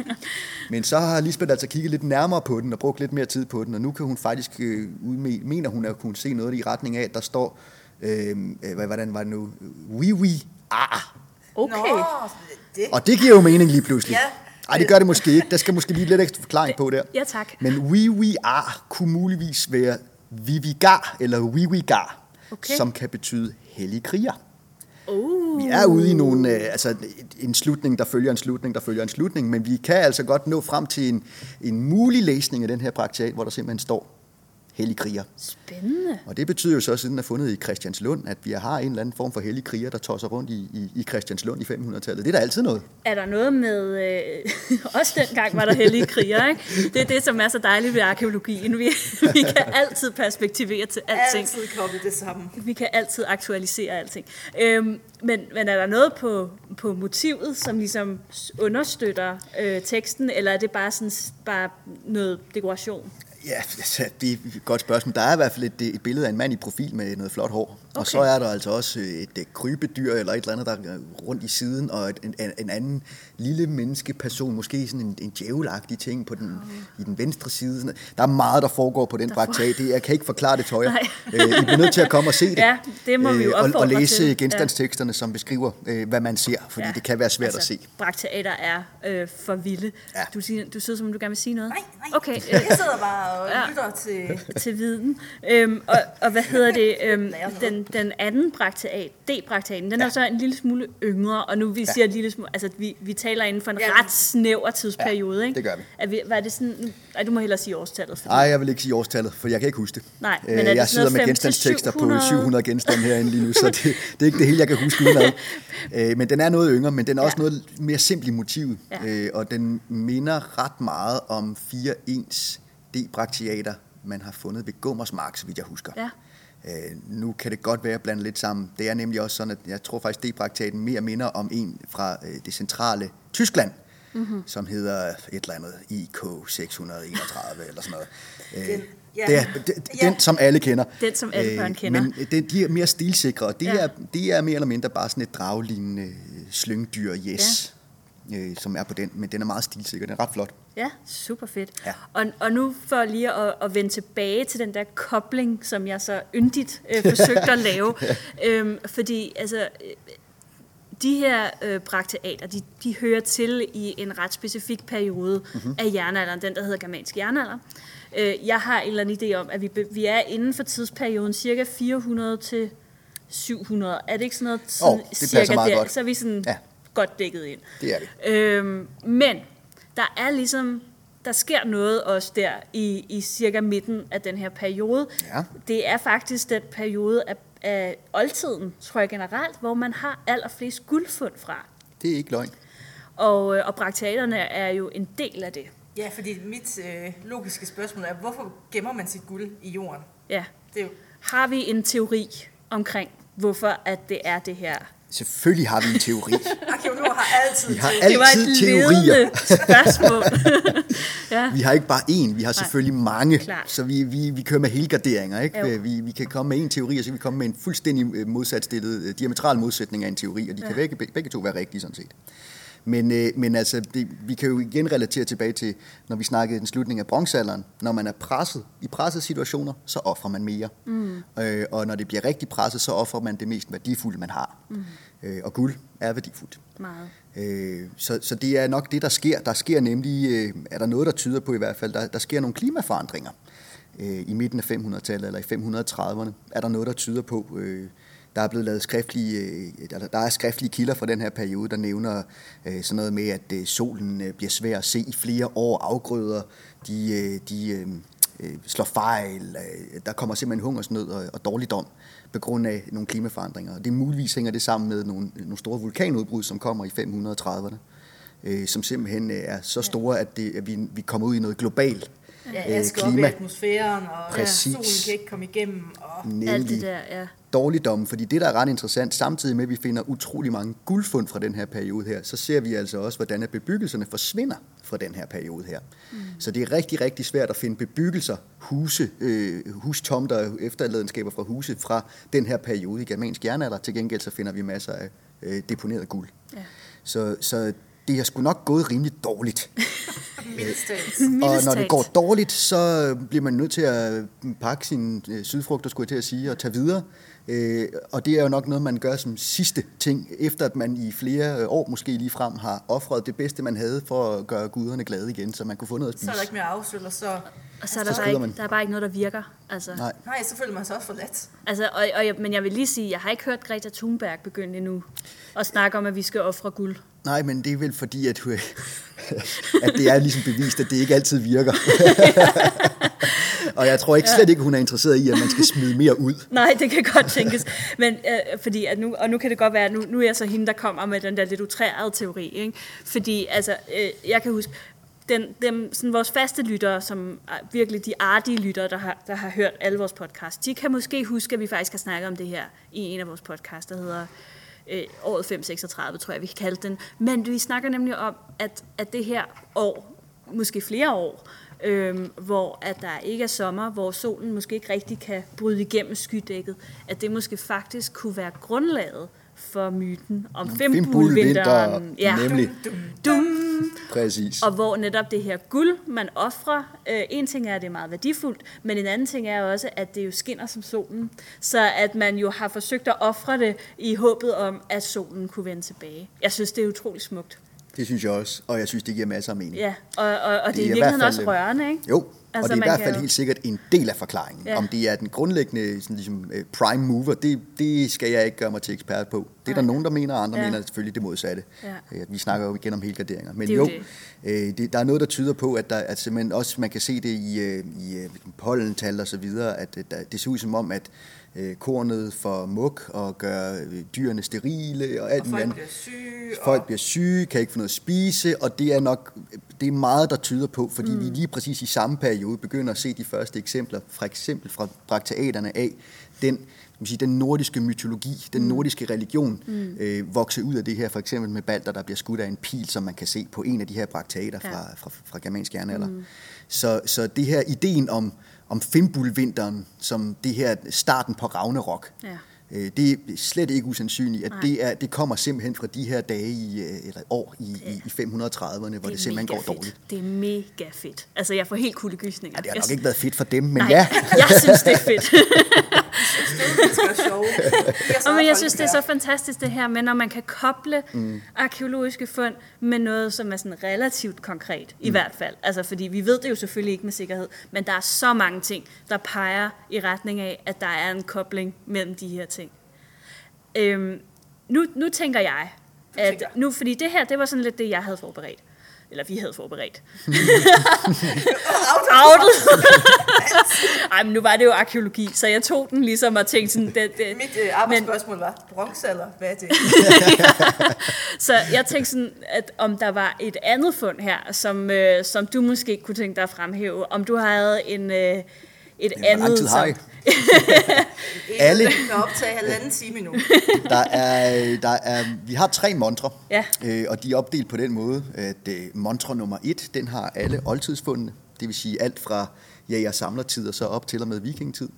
Speaker 3: Men så har Lisbeth altså kigget lidt nærmere på den, og brugt lidt mere tid på den, og nu kan hun faktisk, øh, udme, mener hun, at kunne se noget i retning af, at der står, øh, øh, hvad- hvordan var det nu, oui, oui, ah.
Speaker 1: Okay.
Speaker 2: Nå, det...
Speaker 3: Og det giver jo mening lige pludselig.
Speaker 2: Ja.
Speaker 3: Ej, det gør det måske ikke. Der skal måske lige lidt ekstra forklaring på der.
Speaker 1: Ja, tak.
Speaker 3: Men we we are kunne muligvis være vivigar eller we we gar,
Speaker 1: Okay.
Speaker 3: som kan betyde hellig kriger.
Speaker 1: Oh.
Speaker 3: Vi er ude i nogle, øh, altså en slutning, der følger en slutning, der følger en slutning, men vi kan altså godt nå frem til en, en mulig læsning af den her praktikat, hvor der simpelthen står hellig kriger.
Speaker 1: Spændende.
Speaker 3: Og det betyder jo så, siden den er fundet i Christianslund, at vi har en eller anden form for hellig kriger, der tosser rundt i, i, i Christianslund i 500-tallet. Det er da altid noget.
Speaker 1: Er der noget med... Øh, også dengang var der hellige kriger, ikke? Det er det, som er så dejligt ved arkeologien. Vi, vi kan altid perspektivere til alting.
Speaker 2: Altid koblet det sammen.
Speaker 1: Vi kan altid aktualisere alting. Øhm, men, men er der noget på, på motivet, som ligesom understøtter øh, teksten, eller er det bare, sådan, bare noget dekoration?
Speaker 3: Ja, altså, det er et godt spørgsmål. Der er i hvert fald et, et billede af en mand i profil med noget flot hår. Okay. Og så er der altså også et, et krybedyr eller et eller andet, der er rundt i siden, og et, en, en anden lille menneskeperson, måske sådan en, en djævelagtig ting på den, oh. i den venstre side. Der er meget, der foregår på den bragt tag. Det, jeg kan ikke forklare det tøjer. Øh, I bliver nødt til at komme og se det. Øh,
Speaker 1: Ja, det må vi jo
Speaker 3: og, og
Speaker 1: opfordre
Speaker 3: læse
Speaker 1: til.
Speaker 3: genstandsteksterne, som beskriver, øh, hvad man ser, fordi ja. det kan være svært altså. at se.
Speaker 1: Bragt teater er øh, for vilde.
Speaker 3: Ja.
Speaker 1: Ja. Du, siger- du sidder som om, du gerne vil sige noget.
Speaker 2: Nej, nej.
Speaker 1: Okay, øh,
Speaker 2: Jeg sidder bare og
Speaker 1: Ja.
Speaker 2: lytter til...
Speaker 1: til viden. Øhm, og, og hvad hedder det? Øhm,
Speaker 2: Lærer noget.
Speaker 1: den, den anden brakteat, D-brakteaten, den ja. er så en lille smule yngre, og nu vi siger en lille smule, altså vi, vi taler inden for en
Speaker 2: Ja.
Speaker 1: ret snæver tidsperiode, ikke?
Speaker 3: det gør vi.
Speaker 1: Er vi hvad er det sådan, nu- ej, du må hellere sige årstallet. For,
Speaker 3: Nej, jeg vil ikke sige årstallet, for jeg kan ikke huske det.
Speaker 1: Nej, men
Speaker 3: Øh,
Speaker 1: er det
Speaker 3: jeg
Speaker 1: sådan
Speaker 3: sidder
Speaker 1: noget
Speaker 3: med
Speaker 1: 5 til
Speaker 3: genstandstekster på
Speaker 1: 700?
Speaker 3: 700 genstande herinde lige nu, så det, det er ikke det hele, jeg kan huske udenad. Øh, men den er noget yngre, men den er også
Speaker 1: Ja.
Speaker 3: ja. noget mere simpel i motivet,
Speaker 1: Ja.
Speaker 3: ja. øh, og den minder ret meget om fire ens D-braktiater, man har fundet ved Gummersmark, så vidt jeg husker.
Speaker 1: Ja.
Speaker 3: Øh, nu kan det godt være blandet lidt sammen. Det er nemlig også sådan, at jeg tror faktisk, D-braktaten mere minder om en fra øh, det centrale Tyskland,
Speaker 1: Mhm.
Speaker 3: mm-hmm. som hedder et eller andet IK631 eller sådan noget. Øh,
Speaker 2: Den- ja.
Speaker 3: det er, det,
Speaker 2: Ja.
Speaker 3: den, som alle kender. Øh,
Speaker 1: Den, som alle børn kender.
Speaker 3: Men det, de er mere stilsikre, og det,
Speaker 1: Ja.
Speaker 3: ja. er, det er mere eller mindre bare sådan et draglignende øh, slyngdyr, yes, ja. øh, som er på den. Men den er meget stilsikker, den er ret flot.
Speaker 1: ja, super fedt.
Speaker 3: Ja.
Speaker 1: Og, og nu for lige at, at vende tilbage til den der kobling, som jeg så yndigt øh, forsøgte at lave, øhm, fordi altså... øh, de her øh, brakteater, de, de hører til i en ret specifik periode
Speaker 3: Mhm.
Speaker 1: mm-hmm. af jernalderen, den der hedder germansk jernalder. Øh, jeg har en eller anden idé om, at vi, be- vi er inden for tidsperioden cirka 400 til 700. Er det ikke sådan noget sådan,
Speaker 3: det passer meget
Speaker 1: der?
Speaker 3: godt.
Speaker 1: Så er vi sådan ja.
Speaker 3: Ja.
Speaker 1: godt dækket ind.
Speaker 3: Det er vi.
Speaker 1: Øhm, men der er ligesom, der sker noget også der i, i cirka midten af den her periode.
Speaker 3: Ja.
Speaker 1: Det er faktisk den periode af, af oldtiden, tror jeg generelt, hvor man har allerflest guldfund fra.
Speaker 3: Det er ikke løgn.
Speaker 1: Og, øh, og brakteaterne er jo en del af det.
Speaker 2: Ja, fordi mit øh, logiske spørgsmål er, hvorfor gemmer man sit guld i jorden?
Speaker 1: Ja.
Speaker 2: Det er jo
Speaker 1: Har vi en teori omkring, hvorfor at det er det her?
Speaker 3: Selvfølgelig har vi en teori.
Speaker 2: Arkeologer har altid...
Speaker 3: Vi har
Speaker 2: teori.
Speaker 1: det var et
Speaker 3: altid teorier.
Speaker 1: ledende spørgsmål. ja.
Speaker 3: Vi har ikke bare én, vi har selvfølgelig mange.
Speaker 1: Klart.
Speaker 3: Så vi, vi, vi kører med helgarderinger.
Speaker 1: Jo.
Speaker 3: Ikke? Vi, vi kan komme med en teori, og så kan vi komme med en fuldstændig øh, modsatstillet, øh, diametral modsætning af en teori, og de ja. kan begge, begge to være rigtige sådan set. Men, øh, men altså, det, vi kan jo igen relatere tilbage til, når vi snakkede den slutning af bronzealderen. Når man er presset, i pressede situationer, så offrer man mere. Mm. Øh, og når det bliver rigtig presset, så offrer man det mest værdifulde, man har. Mm. Øh, og guld er værdifuldt.
Speaker 1: Meget.
Speaker 3: Øh, så, så det er nok det, der sker. Der sker nemlig, øh, er der noget, der tyder på i hvert fald, der, der sker nogle klimaforandringer øh, i midten af 500-tallet eller i 530'erne. Er der noget, der tyder på, øh, der er blevet lavet skriftlige, øh, der, der er skriftlige kilder fra den her periode, der nævner øh, sådan noget med, at øh, solen øh, bliver svær at se i flere år, afgrøder, de, øh, de øh, øh, slår fejl, øh, der kommer simpelthen hungersnød og, og dårligdom på grund af nogle klimaforandringer. Og det muligvis hænger det sammen med nogle, nogle store vulkanudbrud, som kommer i 530'erne, øh, som simpelthen øh, er så store, at, det, at vi, vi kommer ud i noget globalt øh,
Speaker 2: Ja, jeg skal op i atmosfæren, og
Speaker 3: Præcis.
Speaker 2: solen kan ikke komme igennem, og
Speaker 1: Alt det
Speaker 3: Nemlig
Speaker 1: der, ja.
Speaker 3: dårligdommen, fordi det, der er ret interessant, samtidig med, at vi finder utrolig mange guldfund fra den her periode her, så ser vi altså også, hvordan at bebyggelserne forsvinder fra den her periode her. Mm. Så det er rigtig, rigtig svært at finde bebyggelser, huse, øh, hustomter, efterladenskaber fra huse fra den her periode i germansk jernalder. Til gengæld så finder vi masser af øh, deponeret guld.
Speaker 1: Ja.
Speaker 3: Så, så det har sgu nok gået rimelig dårligt.
Speaker 2: mildest talt.
Speaker 3: Og
Speaker 1: Mildest
Speaker 3: når
Speaker 1: talt.
Speaker 3: det går dårligt, så øh, bliver man nødt til at pakke sine øh, sydfrugter, skulle jeg til at sige, og tage videre. Øh, og det er jo nok noget, man gør som sidste ting, efter at man i flere øh, år måske lige frem har offret det bedste, man havde for at gøre guderne glade igen, så man kunne få noget at
Speaker 2: Så er der
Speaker 3: spise.
Speaker 2: ikke mere afsøl, og så...
Speaker 1: Og så er der,
Speaker 3: Altså, Så
Speaker 1: bare
Speaker 3: skyder
Speaker 1: ikke,
Speaker 3: man.
Speaker 1: der er bare ikke noget, der virker. Altså.
Speaker 3: Nej.
Speaker 2: Nej, så føler man sig også forladt.
Speaker 1: Altså, og, og, jeg- men jeg vil lige sige, jeg har ikke hørt Greta Thunberg begynde endnu at snakke om, at vi skal ofre guld.
Speaker 3: Nej, men det er vel fordi, at, øh, at det er ligesom bevist, at det ikke altid virker. og jeg tror ikke slet ikke, hun er interesseret i, at man skal smide mere ud.
Speaker 1: Nej, det kan godt tænkes. Men, øh, fordi at nu, og nu kan det godt være, at nu, nu er jeg så hende, der kommer med den der lidt utrærede teori. Ikke? Fordi altså, øh, jeg kan huske, den, dem, sådan vores faste lyttere, som er virkelig de artige lyttere, der har, der har hørt alle vores podcast, de kan måske huske, at vi faktisk har snakket om det her i en af vores podcasts, der hedder øh, året 536, tror jeg, vi kan kalde den. Men vi snakker nemlig om, at, at det her år, måske flere år, øh, hvor at der ikke er sommer, hvor solen måske ikke rigtig kan bryde igennem skydækket, at det måske faktisk kunne være grundlaget for myten om fimbulvinteren.
Speaker 3: Ja. Nemlig.
Speaker 2: Dum, dum.
Speaker 1: Dum.
Speaker 3: Præcis.
Speaker 1: Og hvor netop det her guld, man offrer, øh, en ting er, at det er meget værdifuldt, men en anden ting er også, at det jo skinner som solen. Så at man jo har forsøgt at ofre det i håbet om, at solen kunne vende tilbage. Jeg synes, det er utrolig smukt.
Speaker 3: Det synes jeg også, og jeg synes, det giver masser af mening.
Speaker 1: Ja, og, og, og det er
Speaker 3: i
Speaker 1: i
Speaker 3: hvert
Speaker 1: virkeligheden
Speaker 3: fald,
Speaker 1: også
Speaker 3: øh,
Speaker 1: rørende, ikke?
Speaker 3: Jo, altså, og
Speaker 1: Altså,
Speaker 3: det er i
Speaker 1: man
Speaker 3: hvert
Speaker 1: kan
Speaker 3: fald
Speaker 1: jo-
Speaker 3: helt sikkert en del af forklaringen. Ja.
Speaker 1: Ja.
Speaker 3: Om det er den grundlæggende sådan ligesom, øh, prime mover, det, det skal jeg ikke gøre mig til ekspert på. Det er der nogen, der mener, og andre ja.
Speaker 1: Ja.
Speaker 3: mener selvfølgelig det modsatte.
Speaker 1: Ja.
Speaker 3: Øh, Vi snakker jo igen om helgarderinger. Men
Speaker 1: Det er
Speaker 3: jo,
Speaker 1: jo
Speaker 3: øh, det, der er noget, der tyder på, at, der, at simpelthen også man kan se det i, øh, i øh, pollental og så videre, at øh, der, det ser ud som om, at øh, kornet får mug og gør øh, dyrene sterile og alt
Speaker 2: Og
Speaker 3: muligt
Speaker 2: folk
Speaker 3: andet.
Speaker 2: bliver syge.
Speaker 3: Folk
Speaker 2: og...
Speaker 3: bliver syge, kan ikke få noget at spise, og det er nok det er meget, der tyder på, fordi mm. vi lige præcis i samme periode begynder at se de første eksempler, for eksempel fra brakteaterne af den, kan man sige, den nordiske mytologi, den nordiske religion, mm. øh, vokse ud af det her, for eksempel med Balder, der bliver skudt af en pil, som man kan se på en af de her brakteater
Speaker 1: Ja.
Speaker 3: fra, fra, fra germansk jernalder. Mm. Så, så det her ideen om, om Fimbulvinteren, som det her starten på Ragnarok,
Speaker 1: Ja.
Speaker 3: Øh, Det er slet ikke usandsynligt, at
Speaker 1: Nej.
Speaker 3: det, er, det kommer simpelthen fra de her dage i, øh, eller år i, i, i 530'erne, hvor det, det simpelthen
Speaker 1: mega
Speaker 3: går
Speaker 1: fedt.
Speaker 3: dårligt.
Speaker 1: Det er mega fedt. Altså, jeg får helt kuldegysninger.
Speaker 3: Ja, det har
Speaker 1: Jeg
Speaker 3: nok
Speaker 1: sy-
Speaker 3: ikke været fedt for dem, men
Speaker 1: Nej,
Speaker 3: ja.
Speaker 1: jeg synes, det er fedt.
Speaker 2: Støvmennesker er sjove. De er så
Speaker 1: Og men jeg
Speaker 2: meget
Speaker 1: synes, det er så fantastisk det her med, når man kan koble mm. arkeologiske fund med noget, som er sådan relativt konkret,
Speaker 3: Mm.
Speaker 1: i hvert fald. Altså, fordi vi ved det jo selvfølgelig ikke med sikkerhed, men der er så mange ting, der peger i retning af, at der er en kobling mellem de her ting. Øhm, nu, nu tænker jeg, at
Speaker 2: tænker.
Speaker 1: nu, fordi det her, det var sådan lidt det, jeg havde forberedt. Eller vi havde forberedt. Outet! Ej, men nu var det jo arkeologi, så jeg tog den ligesom og tænkte sådan... Det, det,
Speaker 2: Mit øh, arbejdsspørgsmål var, bronzealder, hvad er det?
Speaker 1: Så jeg tænkte sådan, at om der var et andet fund her, som, øh, som du måske kunne tænke dig at fremhæve, om du havde en, øh, et
Speaker 3: Hvor
Speaker 1: andet...
Speaker 3: lang tid har
Speaker 1: som,
Speaker 3: I? Alle-
Speaker 2: Alle. Vi kan optage halvanden time nu.
Speaker 3: Der er, øh, der er, vi har tre montre,
Speaker 1: Ja.
Speaker 3: øh, og de er opdelt på den måde, at øh, montre nummer et, den har alle oldtidsfundene, det vil sige alt fra jæger samlertid og så op til og med vikingetid.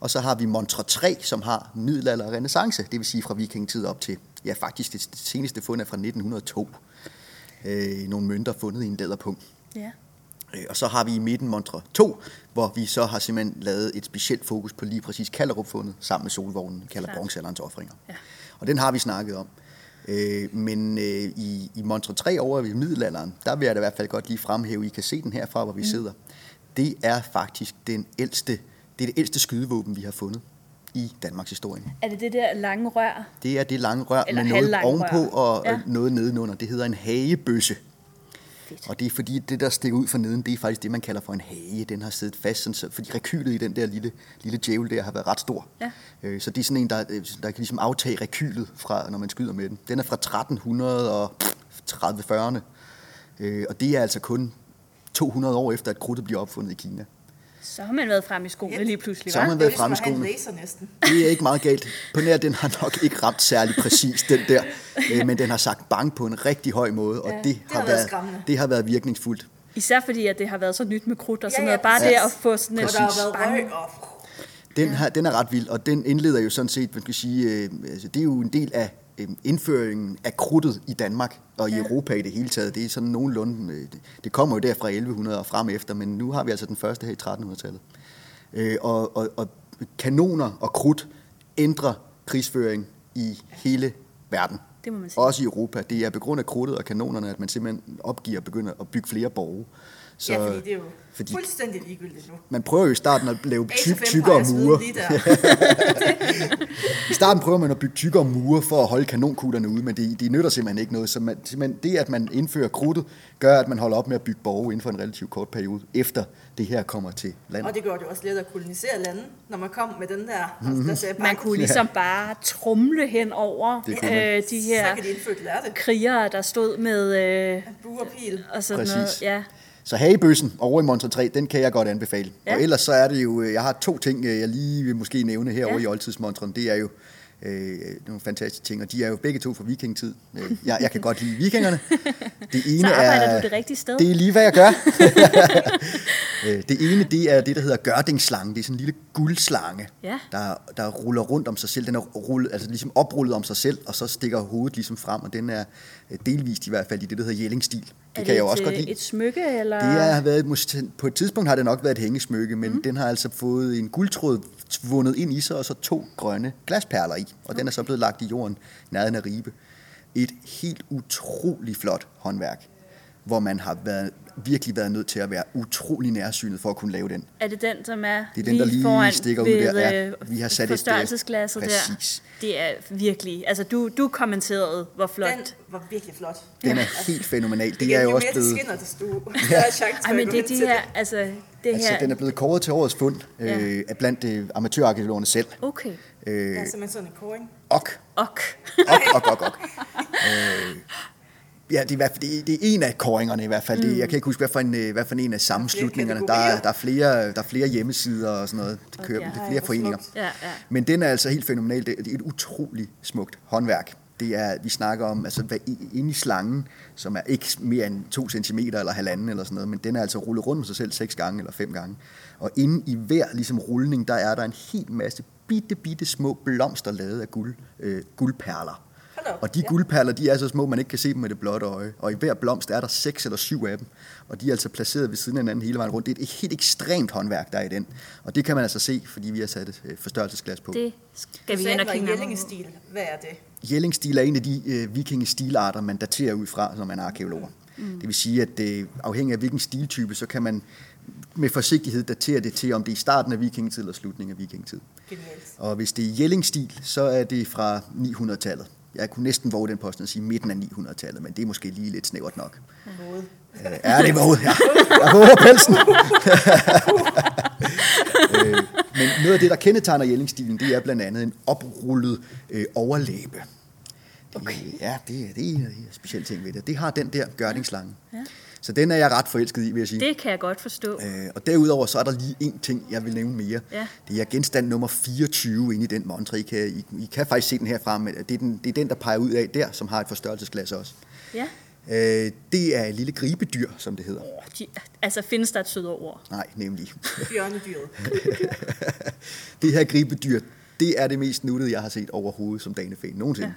Speaker 3: Og så har vi montre 3, som har middelalder og renaissance, det vil sige fra vikingetid op til, ja faktisk det seneste fund er fra 1902. Øh, nogle mønter fundet i en læderpung.
Speaker 1: Ja.
Speaker 3: Øh, Og så har vi i midten Montre 2, hvor vi så har simpelthen lavet et specielt fokus på lige præcis Kalderupfundet, sammen med solvognen, kalder
Speaker 1: Klart.
Speaker 3: bronzealderens offringer.
Speaker 1: Ja.
Speaker 3: Og den har vi snakket om. Øh, men øh, i, i Montre 3 over ved middelalderen, der vil jeg da i hvert fald godt lige fremhæve, I kan se den herfra, hvor vi mm. sidder. Det er faktisk den ældste, det er det ældste skydevåben, vi har fundet i Danmarks historie.
Speaker 1: Er det det der lange rør?
Speaker 3: Det er det lange rør
Speaker 1: Eller
Speaker 3: med noget
Speaker 1: halvlange
Speaker 3: ovenpå
Speaker 1: rør.
Speaker 3: og
Speaker 1: Ja.
Speaker 3: ja. noget nedenunder. Det hedder en hagebøsse.
Speaker 1: Fedt.
Speaker 3: Og det er fordi, det der stikker ud for neden, det er faktisk det, man kalder for en hage. Den har siddet fast, sådan, så, fordi rekylet i den der lille, lille djævel der har været ret stor.
Speaker 1: Ja.
Speaker 3: Øh, så det er sådan en, der, øh, der kan ligesom aftage rekylet, fra, når man skyder med den. Den er fra 1330-40'erne. Øh, og det er altså kun 200 år efter, at krudtet bliver opfundet i Kina.
Speaker 1: Så har man været frem i skoene lige pludselig,
Speaker 3: Så har
Speaker 1: hva'?
Speaker 3: man
Speaker 2: Det er
Speaker 3: været
Speaker 2: ligesom
Speaker 3: fremme i
Speaker 2: at have en
Speaker 3: skoene.
Speaker 2: laser næsten.
Speaker 3: Det er ikke meget galt. På nær, den har nok ikke ramt særlig præcis, den der. Øh, Men den har sagt bang på en rigtig høj måde, og ja, det, har
Speaker 2: har været skræmmende.
Speaker 3: det har været virkningsfuldt.
Speaker 1: Især fordi, at det har været så nyt med krudt og sådan
Speaker 2: Ja, ja,
Speaker 1: noget. Bare det
Speaker 2: præcis.
Speaker 1: at få sådan
Speaker 2: Og
Speaker 1: et
Speaker 2: der har været
Speaker 1: bang.
Speaker 2: røg og...
Speaker 3: Den, her, den er ret vild, og den indleder jo sådan set, man kan sige, øh, altså, det er jo en del af øh, indføringen af krudtet i Danmark og i ja. Europa i det hele taget. Det er sådan nogenlunde, øh, det- det kommer jo der fra 1100 og frem efter, men nu har vi altså den første her i 1300-tallet. Øh, og, og, og kanoner og krudt ændrer krigsføring i hele verden.
Speaker 1: Det må man sige.
Speaker 3: Også i Europa. Det er på grund af krudtet og kanonerne, at man simpelthen opgiver og begynder at bygge flere borge. Så,
Speaker 2: Ja, fordi det er jo
Speaker 3: fordi
Speaker 2: fuldstændig ligegyldigt nu.
Speaker 3: man prøver jo i starten at lave
Speaker 2: Ace
Speaker 3: tyk,
Speaker 2: of
Speaker 3: tykkere
Speaker 2: Empires ude
Speaker 3: mure.
Speaker 2: Lige der.
Speaker 3: I starten prøver man at bygge tykkere mure for at holde kanonkuglerne ude, men det, det nytter simpelthen ikke noget. Så man, simpelthen det, at man indfører krudtet, gør, at man holder op med at bygge borge inden for en relativt kort periode, efter det her kommer til landet.
Speaker 2: Og det gjorde det også let at kolonisere lande, når man kom med den der.
Speaker 3: Mhm.
Speaker 2: Mm-hmm. der sagde bare,
Speaker 1: Man kunne ligesom bare trumle hen over
Speaker 3: Det kunne man.
Speaker 1: øh, de her
Speaker 2: Så kan de indfødte lære det.
Speaker 1: krigere, der stod med... Øh,
Speaker 2: Bue og pil.
Speaker 1: og sådan
Speaker 3: Præcis.
Speaker 1: noget. Ja.
Speaker 3: Så hagebøssen over i Monster 3, den kan jeg godt anbefale. Ja.
Speaker 1: Ja.
Speaker 3: Og ellers så er det jo, øh, jeg har to ting, øh, jeg lige vil måske nævne herovre ja.
Speaker 1: Ja.
Speaker 3: i oldtidsmonstren. Det er jo øh, nogle fantastiske ting, og de er jo begge to fra vikingetid. Øh, jeg, jeg kan godt lide vikingerne. Det ene
Speaker 1: arbejder
Speaker 3: er,
Speaker 1: du det rigtige sted.
Speaker 3: Det er lige, hvad jeg gør. Øh, det ene, det er det, der hedder gørdingslange. Det er sådan en lille guldslange,
Speaker 1: Ja.
Speaker 3: der, der ruller rundt om sig selv. Den er rullet, altså ligesom oprullet om sig selv, og så stikker hovedet ligesom frem, og den er øh, delvist i hvert fald i det, der hedder jællingstil. Det,
Speaker 1: Er
Speaker 3: kan jeg jo
Speaker 1: et,
Speaker 3: også godt
Speaker 1: øh,
Speaker 3: lide.
Speaker 1: Et smykke, eller?
Speaker 3: Det er, har været, måske- på et tidspunkt har det nok været et hængesmykke, men mm. den har altså fået en guldtråd vundet ind i sig, og så to grønne glasperler i. Og okay. den er så blevet lagt i jorden nærheden af Ribe. Et helt utrolig flot håndværk, hvor man har været, virkelig været nødt til at være utrolig nærsynet for at kunne lave den.
Speaker 1: er det den, som er,
Speaker 3: Det er den, der lige
Speaker 1: foran
Speaker 3: stikker ud
Speaker 1: ved,
Speaker 3: der. Ja,
Speaker 1: øh,
Speaker 3: vi har sat et, øh,
Speaker 1: forstørrelsesglasset
Speaker 3: præcis.
Speaker 1: der? Det er virkelig... Altså, du, du kommenterede, hvor flot...
Speaker 2: Den var virkelig flot.
Speaker 3: Den er helt fænomenal. Det er
Speaker 2: Igen,
Speaker 3: jo
Speaker 2: jo
Speaker 3: også
Speaker 2: mere det
Speaker 3: blevet...
Speaker 2: skinner, desto større chance for
Speaker 1: Ej,
Speaker 2: at
Speaker 1: men
Speaker 2: gå
Speaker 1: det er
Speaker 2: hen
Speaker 1: de
Speaker 2: til
Speaker 1: her... Altså, det
Speaker 3: Altså,
Speaker 1: her...
Speaker 3: den er blevet kåret til årets fund øh, af blandt øh, amatørarkeologerne selv.
Speaker 1: Okay.
Speaker 2: Det
Speaker 3: Øh,
Speaker 2: er simpelthen sådan en koring.
Speaker 3: ok,
Speaker 1: Ok.
Speaker 3: ok, ok, ok, ok. Øh, ja, det er, i hvert fald- det, er- det er en af koringerne i hvert fald.
Speaker 2: Mm.
Speaker 3: Det, jeg kan ikke huske, hvad for en, øh, hvad for en af sammenslutningerne. Der, er-
Speaker 2: kategorier.
Speaker 3: der, er flere, der er flere hjemmesider og sådan noget. Det kører,
Speaker 1: ja.
Speaker 3: det er
Speaker 2: Ej,
Speaker 3: flere
Speaker 2: hvor
Speaker 3: foreninger.
Speaker 2: smukt.
Speaker 1: Ja, ja.
Speaker 3: Men den er altså helt fænomenal. Det, det er et utroligt smukt håndværk. Det er, vi snakker om, altså hvad i- inde i slangen, som er ikke mere end 2 cm eller halvanden eller sådan noget, men den er altså rullet rundt med sig selv seks gange eller fem gange. Og inde i hver ligesom rulning, der er der en hel masse bitte, bitte små blomster lavet af guld, øh, guldperler.
Speaker 2: Hold da op,
Speaker 3: Og de
Speaker 2: ja.
Speaker 3: guldperler, de er så små, man ikke kan se dem med det blotte øje. Og i hver blomst er der seks eller syv af dem. Og de er altså placeret ved siden af hinanden hele vejen rundt. Det er et helt ekstremt håndværk, der er i den. Og det kan man altså se, fordi vi har sat et øh, forstørrelsesglas på.
Speaker 1: Det skal vi
Speaker 2: Så
Speaker 1: hen og
Speaker 2: den var
Speaker 1: kigge
Speaker 2: i
Speaker 1: nærmere på.
Speaker 2: Jellingestil. Hvad er det?
Speaker 3: Jellingstil er en af de øh, vikingestilarter, man daterer ud fra, når man er arkeologer. Mm. Det vil sige, at øh, afhængig af hvilken stiltype, så kan man med forsigtighed datere det til, om det er i starten af vikingetid eller slutningen af vikingetid.
Speaker 2: Genialt.
Speaker 3: Og hvis det er Jellingstil, så er det fra 900-tallet. Jeg kunne næsten våge den posten at sige midten af 900-tallet, men det er måske lige lidt snævert nok.
Speaker 2: Måde.
Speaker 3: Øh, er det våget? Ja. Jeg våger pelsen. øh, men noget af det, der kendetegner Jellingstilen, det er blandt andet en oprullet øh, overlæbe. Okay. Ja, det, er- det er en af de her specielle ting ved det. Det har den der gørdingslange. Ja. Så den er jeg ret forelsket i, vil jeg sige.
Speaker 1: Det kan jeg godt forstå.
Speaker 3: Øh, og derudover så er der lige en ting, jeg vil nævne mere.
Speaker 1: Ja.
Speaker 3: Det er genstand nummer 24 inde i den montre. I kan, I, I kan faktisk se den herfra, men det er den, det er den, der peger ud af der, som har et forstørrelsesglas også.
Speaker 1: Ja.
Speaker 3: Øh, det er et lille gribedyr, som det hedder.
Speaker 1: Åh, De, altså, findes der et sødere ord?
Speaker 3: Nej, nemlig.
Speaker 2: Bjørnedyret.
Speaker 3: det her gribedyr, det er det mest nuttede, jeg har set overhovedet som danefæ nogensinde. Ja.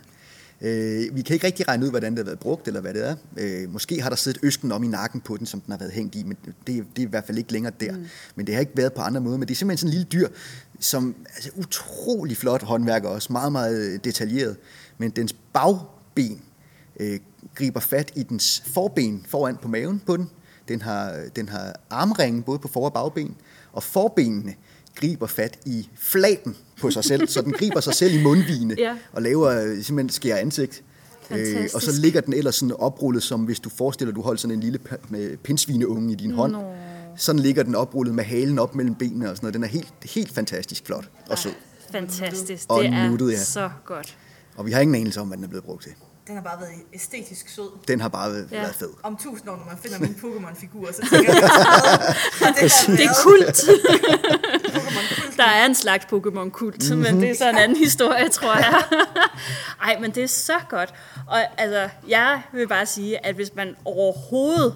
Speaker 3: Øh, vi kan ikke rigtig regne ud, hvordan det har været brugt, eller hvad det er. Øh, måske har der siddet øsken om i nakken på den, som den har været hængt i, men det, det er i hvert fald ikke længere der. Mm. Men det har ikke været på andre måder. Men det er simpelthen sådan en lille dyr, som altså, utrolig flot håndværk også, meget, meget øh, detaljeret. Men dens bagben øh, griber fat i dens forben foran på maven på den. Den har, den har armringen både på for- og bagben, og forbenene griber fat i flaten på sig selv, så den griber sig selv i mundvigene
Speaker 1: Ja.
Speaker 3: og laver øh, simpelthen skærer ansigt. Øh,
Speaker 1: Fantastisk.
Speaker 3: og så ligger den ellers sådan oprullet, som hvis du forestiller, du holdt sådan en lille pa- med pindsvineunge i din hånd.
Speaker 1: Nå.
Speaker 3: Sådan ligger den oprullet med halen op mellem benene og sådan noget. Den er helt, helt fantastisk flot og sød.
Speaker 1: Fantastisk.
Speaker 3: Og
Speaker 1: det er
Speaker 3: nuttet, ja.
Speaker 1: så godt.
Speaker 3: Og vi har ingen anelse om, hvad den er blevet brugt til.
Speaker 2: Den har bare været æstetisk sød.
Speaker 3: Den har bare været,
Speaker 1: Ja.
Speaker 3: været fed.
Speaker 2: Om tusind år, når man finder min Pokémon-figur, så tænker jeg, at det, har
Speaker 1: Det er
Speaker 2: været
Speaker 1: kult.
Speaker 2: Pokémon-kult.
Speaker 1: Der er en slags Pokémon-kult, mm-hmm. men det er så en anden historie, tror jeg. Ej, men det er så godt. Og altså, jeg vil bare sige, at hvis man overhovedet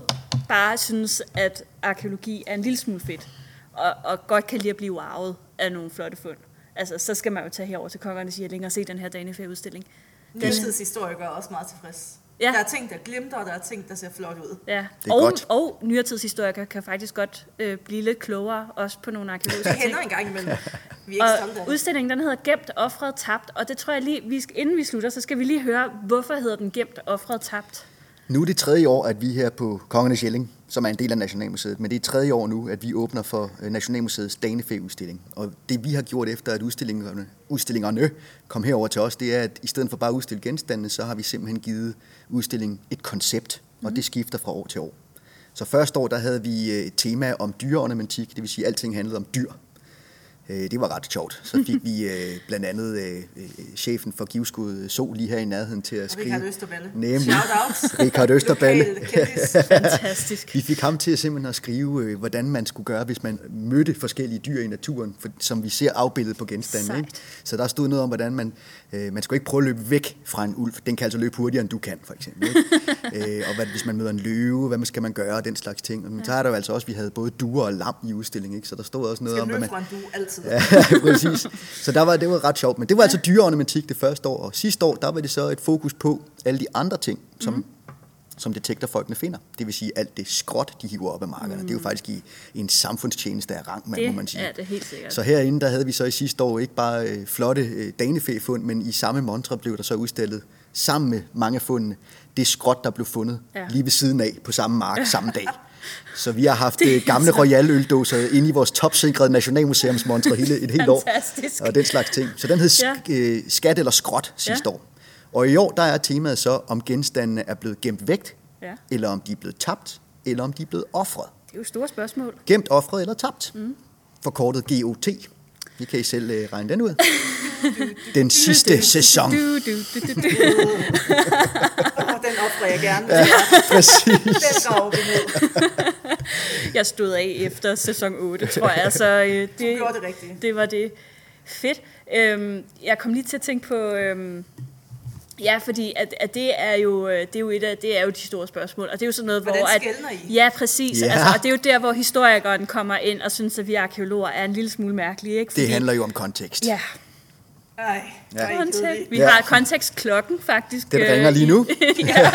Speaker 1: bare synes, at arkeologi er en lille smule fedt, og, og godt kan lide at blive arvet af nogle flotte fund, altså, så skal man jo tage herover til Kongernes Jelling og se den her danefæ-udstilling.
Speaker 2: Nutidshistorikere er også meget tilfreds.
Speaker 1: Ja.
Speaker 2: Der er ting, der glimter, og der er ting, der ser flot ud.
Speaker 1: Ja.
Speaker 3: Det er
Speaker 1: og,
Speaker 3: godt.
Speaker 1: og nyertidshistorikere kan faktisk godt øh, blive lidt klogere, også på nogle
Speaker 2: Vi
Speaker 1: arkeologiske ting.
Speaker 2: hænder en gang imellem. Vi er ikke stolte af
Speaker 1: Og
Speaker 2: det.
Speaker 1: udstillingen, den hedder Gemt, Offret, Tabt, og det tror jeg lige, vi skal, inden vi slutter, så skal vi lige høre, hvorfor hedder den Gemt, Offret, Tabt?
Speaker 3: Nu er det tredje år, at vi her på Kongernes Jelling, som er en del af Nationalmuseet, men det er tredje år nu, at vi åbner for øh, Nationalmuseets Danefæ-udstilling. Og det vi har gjort efter, at udstillingerne, udstillingerne kom herover til os, det er, at i stedet for bare at udstille genstandene, så har vi simpelthen givet udstillingen et koncept, og det skifter fra år til år. Så første år, der havde vi øh, et tema om dyreornamentik, det vil sige, at alting handlede om dyr. Øh, Det var ret sjovt. Så fik vi øh, blandt andet øh, øh, chefen for Givskud Så lige her i nærheden til at skrive.
Speaker 2: Richard Østerballe.
Speaker 3: Nemlig.
Speaker 2: Shout out.
Speaker 3: Richard Østerballe.
Speaker 2: Lokal kendis.
Speaker 1: Fantastisk.
Speaker 3: Vi fik ham til at simpelthen at skrive, øh, hvordan man skulle gøre, hvis man mødte forskellige dyr i naturen, for, som vi ser afbildet på genstanden. Ikke?
Speaker 1: Sejt.
Speaker 3: Så der stod noget om, hvordan man, øh, man skulle ikke prøve at løbe væk fra en ulv. Den kan altså løbe hurtigere, end du kan, for eksempel. Ikke? øh, og hvad, hvis man møder en løve, hvad skal man gøre, og den slags ting. Men så er der jo altså også, vi havde både duer og lam i udstillingen, ikke? så der stod også noget
Speaker 2: Skal
Speaker 3: om, hvad
Speaker 2: løbe
Speaker 3: man...
Speaker 2: fra en due altid.
Speaker 3: Ja, præcis. Så der var, det var ret sjovt. Men det var altså dyreornamentik det første år, og sidste år, der var det så et fokus på alle de andre ting, som,
Speaker 1: Mhm.
Speaker 3: mm. som detektorfolkene finder. Det vil sige alt det skråt, de hiver op af markerne. Mm. Det er jo faktisk i, i en samfundstjeneste af rang, man,
Speaker 1: Mhm. Det
Speaker 3: må man sige.
Speaker 1: er det helt sikkert.
Speaker 3: Så herinde, der havde vi så i sidste år ikke bare øh, flotte øh, danefæfund, men i samme montre blev der så udstillet sammen med mange af fundene, det skråt, der blev fundet
Speaker 1: Ja.
Speaker 3: ja. lige ved siden af på samme mark samme dag. Så vi har haft haft øh, gamle royal øldåser inde i vores topsikrede nationalmuseumsmontre hele et helt år.
Speaker 1: Fantastisk.
Speaker 3: Og den slags ting. Så den hed sk-
Speaker 1: Ja.
Speaker 3: øh, skat eller skråt sidste
Speaker 1: Ja.
Speaker 3: år. Og i år der er temaet så, om genstandene er blevet gemt væk,
Speaker 1: Ja.
Speaker 3: eller om de er blevet tabt, eller om de er blevet offret.
Speaker 1: Det er jo store spørgsmål.
Speaker 3: Gemt, offret eller tabt. Mm. Forkortet GOT. Det kan I selv øh, regne den ud. Den sidste sæson.
Speaker 1: Du, du, du, du, du.
Speaker 2: Og den offrer jeg gerne.
Speaker 3: Præcis.
Speaker 2: Den går op imod.
Speaker 1: Jeg stod af efter sæson 8, tror jeg. Så øh, det,
Speaker 2: gjorde det rigtige.
Speaker 1: Det var det. Fedt. Øhm, jeg kom lige til at tænke på... Øhm, Ja, fordi at, at det, er jo, øh, det, er jo et af, det er jo de store spørgsmål, og det er jo sådan noget,
Speaker 2: Hvordan
Speaker 1: hvor... At,
Speaker 2: skelner I?
Speaker 1: Ja, præcis.
Speaker 3: Ja.
Speaker 1: Altså, og det er jo der, hvor historikeren kommer ind og synes, at vi arkeologer er en lille smule mærkelige. Ikke?
Speaker 3: Det handler jo om kontekst.
Speaker 1: Ja,
Speaker 2: Ej,
Speaker 3: Ja.
Speaker 2: ja.
Speaker 1: kontekst. Vi
Speaker 3: Ja.
Speaker 1: har kontekstklokken faktisk.
Speaker 3: Den
Speaker 1: øh,
Speaker 3: ringer lige
Speaker 1: i-
Speaker 3: nu.
Speaker 1: ja.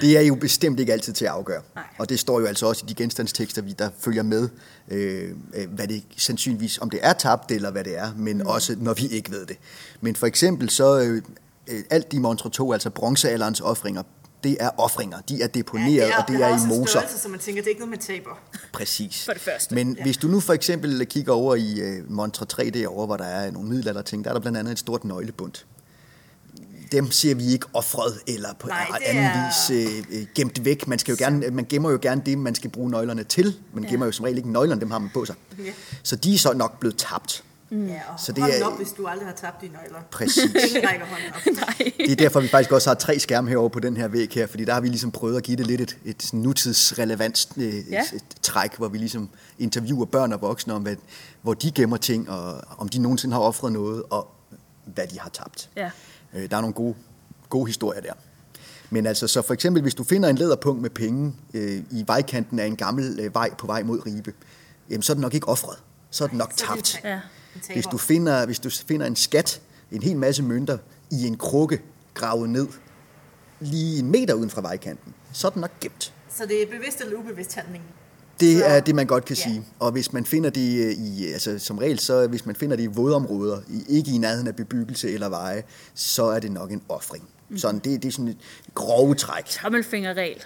Speaker 3: Det er jo bestemt ikke altid til at afgøre.
Speaker 1: Nej.
Speaker 3: Og det står jo altså også i de genstandstekster, vi- der følger med, øh, øh, hvad det sandsynligvis, om det er tabt eller hvad det er, men mm. også når vi ikke ved det. Men for eksempel så, øh, øh, alt de Montre 2, altså bronzealderens offringer, det er offringer. De er deponeret, ja, det er, og det er i moser.
Speaker 2: Så man tænker, det er ikke noget, man taber.
Speaker 3: Præcis.
Speaker 1: For det første.
Speaker 3: Men
Speaker 2: Ja.
Speaker 3: hvis du nu for eksempel kigger over i øh, Montre 3 derovre, hvor der er nogle middelalderting, der er der blandt andet et stort nøglebundt. Dem ser vi ikke offret eller på
Speaker 2: Nej, det
Speaker 3: anden
Speaker 2: er-
Speaker 3: vis øh, øh, gemt væk. Man, skal jo gerne, man gemmer jo gerne det, man skal bruge nøglerne til. Man gemmer jo som regel ikke nøglerne, dem har man på sig.
Speaker 2: Ja. Mm.
Speaker 3: Så de er så nok blevet tabt.
Speaker 2: Ja, og
Speaker 3: Så
Speaker 2: så
Speaker 3: det
Speaker 2: det
Speaker 3: er-
Speaker 2: hånden op, hvis du aldrig har tabt dine nøgler.
Speaker 3: Præcis.
Speaker 2: Ingen rækker hånden op.
Speaker 1: Nej.
Speaker 3: Det er derfor, vi faktisk også har tre skærme herovre på den her væg her, fordi der har vi ligesom prøvet at give det lidt et, et sådan nutidsrelevans øh,
Speaker 1: Ja.
Speaker 3: ja. træk, hvor vi ligesom interviewer børn og voksne om, hvad, hvor de gemmer ting, og om de nogensinde har offret noget, og hvad de har tabt.
Speaker 1: Ja.
Speaker 3: Øh, der er nogle gode, gode historier der. Men altså, så for eksempel, hvis du finder en læderpunkt med penge øh, i vejkanten af en gammel øh, vej på vej mod Ribe, jamen, så er den nok ikke offret. Så er den nok
Speaker 2: så er det
Speaker 3: tabt.
Speaker 2: tab.
Speaker 1: Ja.
Speaker 2: En taber.
Speaker 3: Hvis du, finder, hvis du finder en skat, en hel masse mønter, i en krukke gravet ned, lige en meter uden fra vejkanten, så er den nok gemt.
Speaker 2: Så det er bevidst eller ubevidst handling.
Speaker 3: Det
Speaker 2: Så-
Speaker 3: er det, man godt kan
Speaker 2: ja.
Speaker 3: sige. Og hvis man finder det øh, i, altså som regel, så hvis man finder det i vådområder, i- ikke i nærheden af bebyggelse eller veje, så er det nok en offring.
Speaker 2: Mhm.
Speaker 3: Sådan, det, det er sådan et grove træk,
Speaker 1: Tommelfingerregel.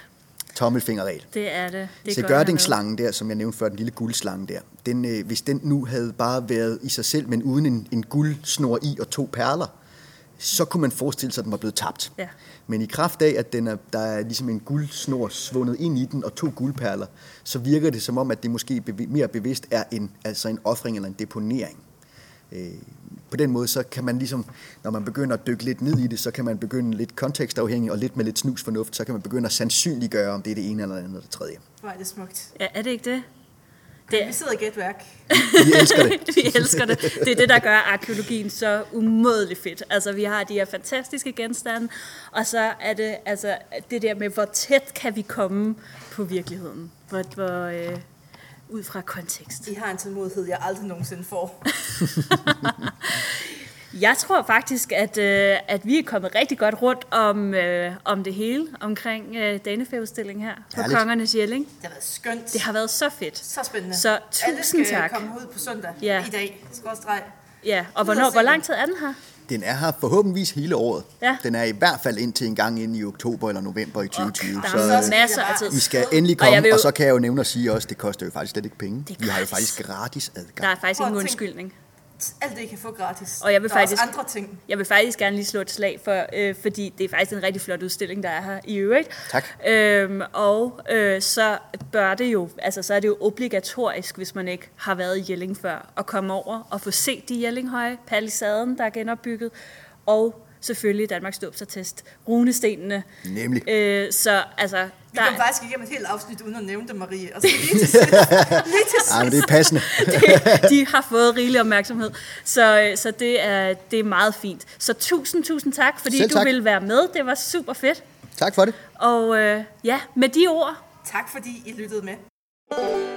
Speaker 3: tommelfingerregel.
Speaker 1: Det er det. det
Speaker 3: Se
Speaker 1: er godt at have med.
Speaker 3: Gørding-slangen der, som jeg nævnte før, den lille guldslange der, den, øh, hvis den nu havde bare været i sig selv, men uden en, en guldsnor i og to perler, så kunne man forestille sig, at den var blevet tabt.
Speaker 1: Ja.
Speaker 3: Men i kraft af, at den er, der er ligesom en guldsnor svundet ind i den og to guldperler, så virker det som om, at det måske bev- mere bevidst er en, altså en offring eller en deponering. Øh, på den måde, så kan man ligesom, når man begynder at dykke lidt ned i det, så kan man begynde lidt kontekstafhængigt og lidt med lidt snusfornuft, så kan man begynde at sandsynliggøre, om det er det ene eller det andet eller det tredje.
Speaker 2: Hvor er det smukt.
Speaker 1: Ja, er det ikke det? Det
Speaker 2: Vi sidder i gætværk.
Speaker 3: Vi elsker det.
Speaker 1: vi elsker det. Det er det, der gør arkeologien så umådeligt fedt. Altså, vi har de her fantastiske genstande, og så er det altså, det der med, hvor tæt kan vi komme på virkeligheden. Hvor, hvor, øh, ud fra kontekst.
Speaker 2: I har en tålmodighed, jeg aldrig nogensinde får.
Speaker 1: Jeg tror faktisk, at, øh, at vi er kommet rigtig godt rundt om, øh, om det hele, omkring øh, Danefæudstillingen her på
Speaker 3: Herligt.
Speaker 1: Kongernes Jelling.
Speaker 2: Det har været skønt.
Speaker 1: Det har været så fedt.
Speaker 2: Så spændende.
Speaker 1: Så
Speaker 2: Alle
Speaker 1: tusind
Speaker 2: skal
Speaker 1: tak.
Speaker 2: komme ud på søndag
Speaker 1: Ja.
Speaker 2: i dag. Skråstreg.
Speaker 1: Ja, og
Speaker 2: Ud og
Speaker 1: hvornår,
Speaker 2: se
Speaker 1: hvor
Speaker 2: den.
Speaker 1: lang tid er den her?
Speaker 3: Den er her forhåbentlig hele året.
Speaker 1: Ja.
Speaker 3: Den er i hvert fald indtil en gang ind i oktober eller november i 2020.
Speaker 1: Der
Speaker 3: så
Speaker 1: er
Speaker 3: øh,
Speaker 1: masser af tid.
Speaker 3: I skal endelig
Speaker 1: Og jeg
Speaker 3: komme, og,
Speaker 1: vil jo-
Speaker 3: og så kan jeg jo nævne og sige også, det koster jo faktisk slet ikke penge.
Speaker 1: Det er
Speaker 3: Vi har jo
Speaker 1: gratis.
Speaker 3: faktisk gratis adgang.
Speaker 1: Der er faktisk
Speaker 2: Prøv at
Speaker 1: ingen
Speaker 2: tænke.
Speaker 1: undskyldning.
Speaker 2: Alt det, I kan få gratis.
Speaker 1: Og jeg vil
Speaker 2: der
Speaker 1: faktisk-
Speaker 2: er også andre ting.
Speaker 1: Jeg vil faktisk gerne lige slå et slag for, øh, fordi det er faktisk en rigtig flot udstilling, der er her i øvrigt.
Speaker 3: Tak.
Speaker 1: Øhm, og øh, så bør det jo, altså så er det jo obligatorisk, hvis man ikke har været i Jelling før, at komme over og få set de Jellinghøje, palisaden, der er genopbygget, og selvfølgelig Danmarks dåbsertest, runestenene.
Speaker 3: Nemlig.
Speaker 1: Øh, så altså,
Speaker 2: Vi
Speaker 1: der,
Speaker 2: kom faktisk igennem et helt afsnit uden at nævne det, Marie. Og så lige til sidst. lige til
Speaker 3: Ej, men
Speaker 2: sidst.
Speaker 3: det er passende.
Speaker 1: det, de har fået rigelig opmærksomhed. Så, øh, så det, er, det er meget fint. Så tusind, tusind tak, fordi
Speaker 3: Selv
Speaker 1: tak. du
Speaker 3: tak.
Speaker 1: ville være med. Det var super fedt.
Speaker 3: Tak for det.
Speaker 1: Og øh, ja, med de ord,
Speaker 2: Tak fordi I lyttede med.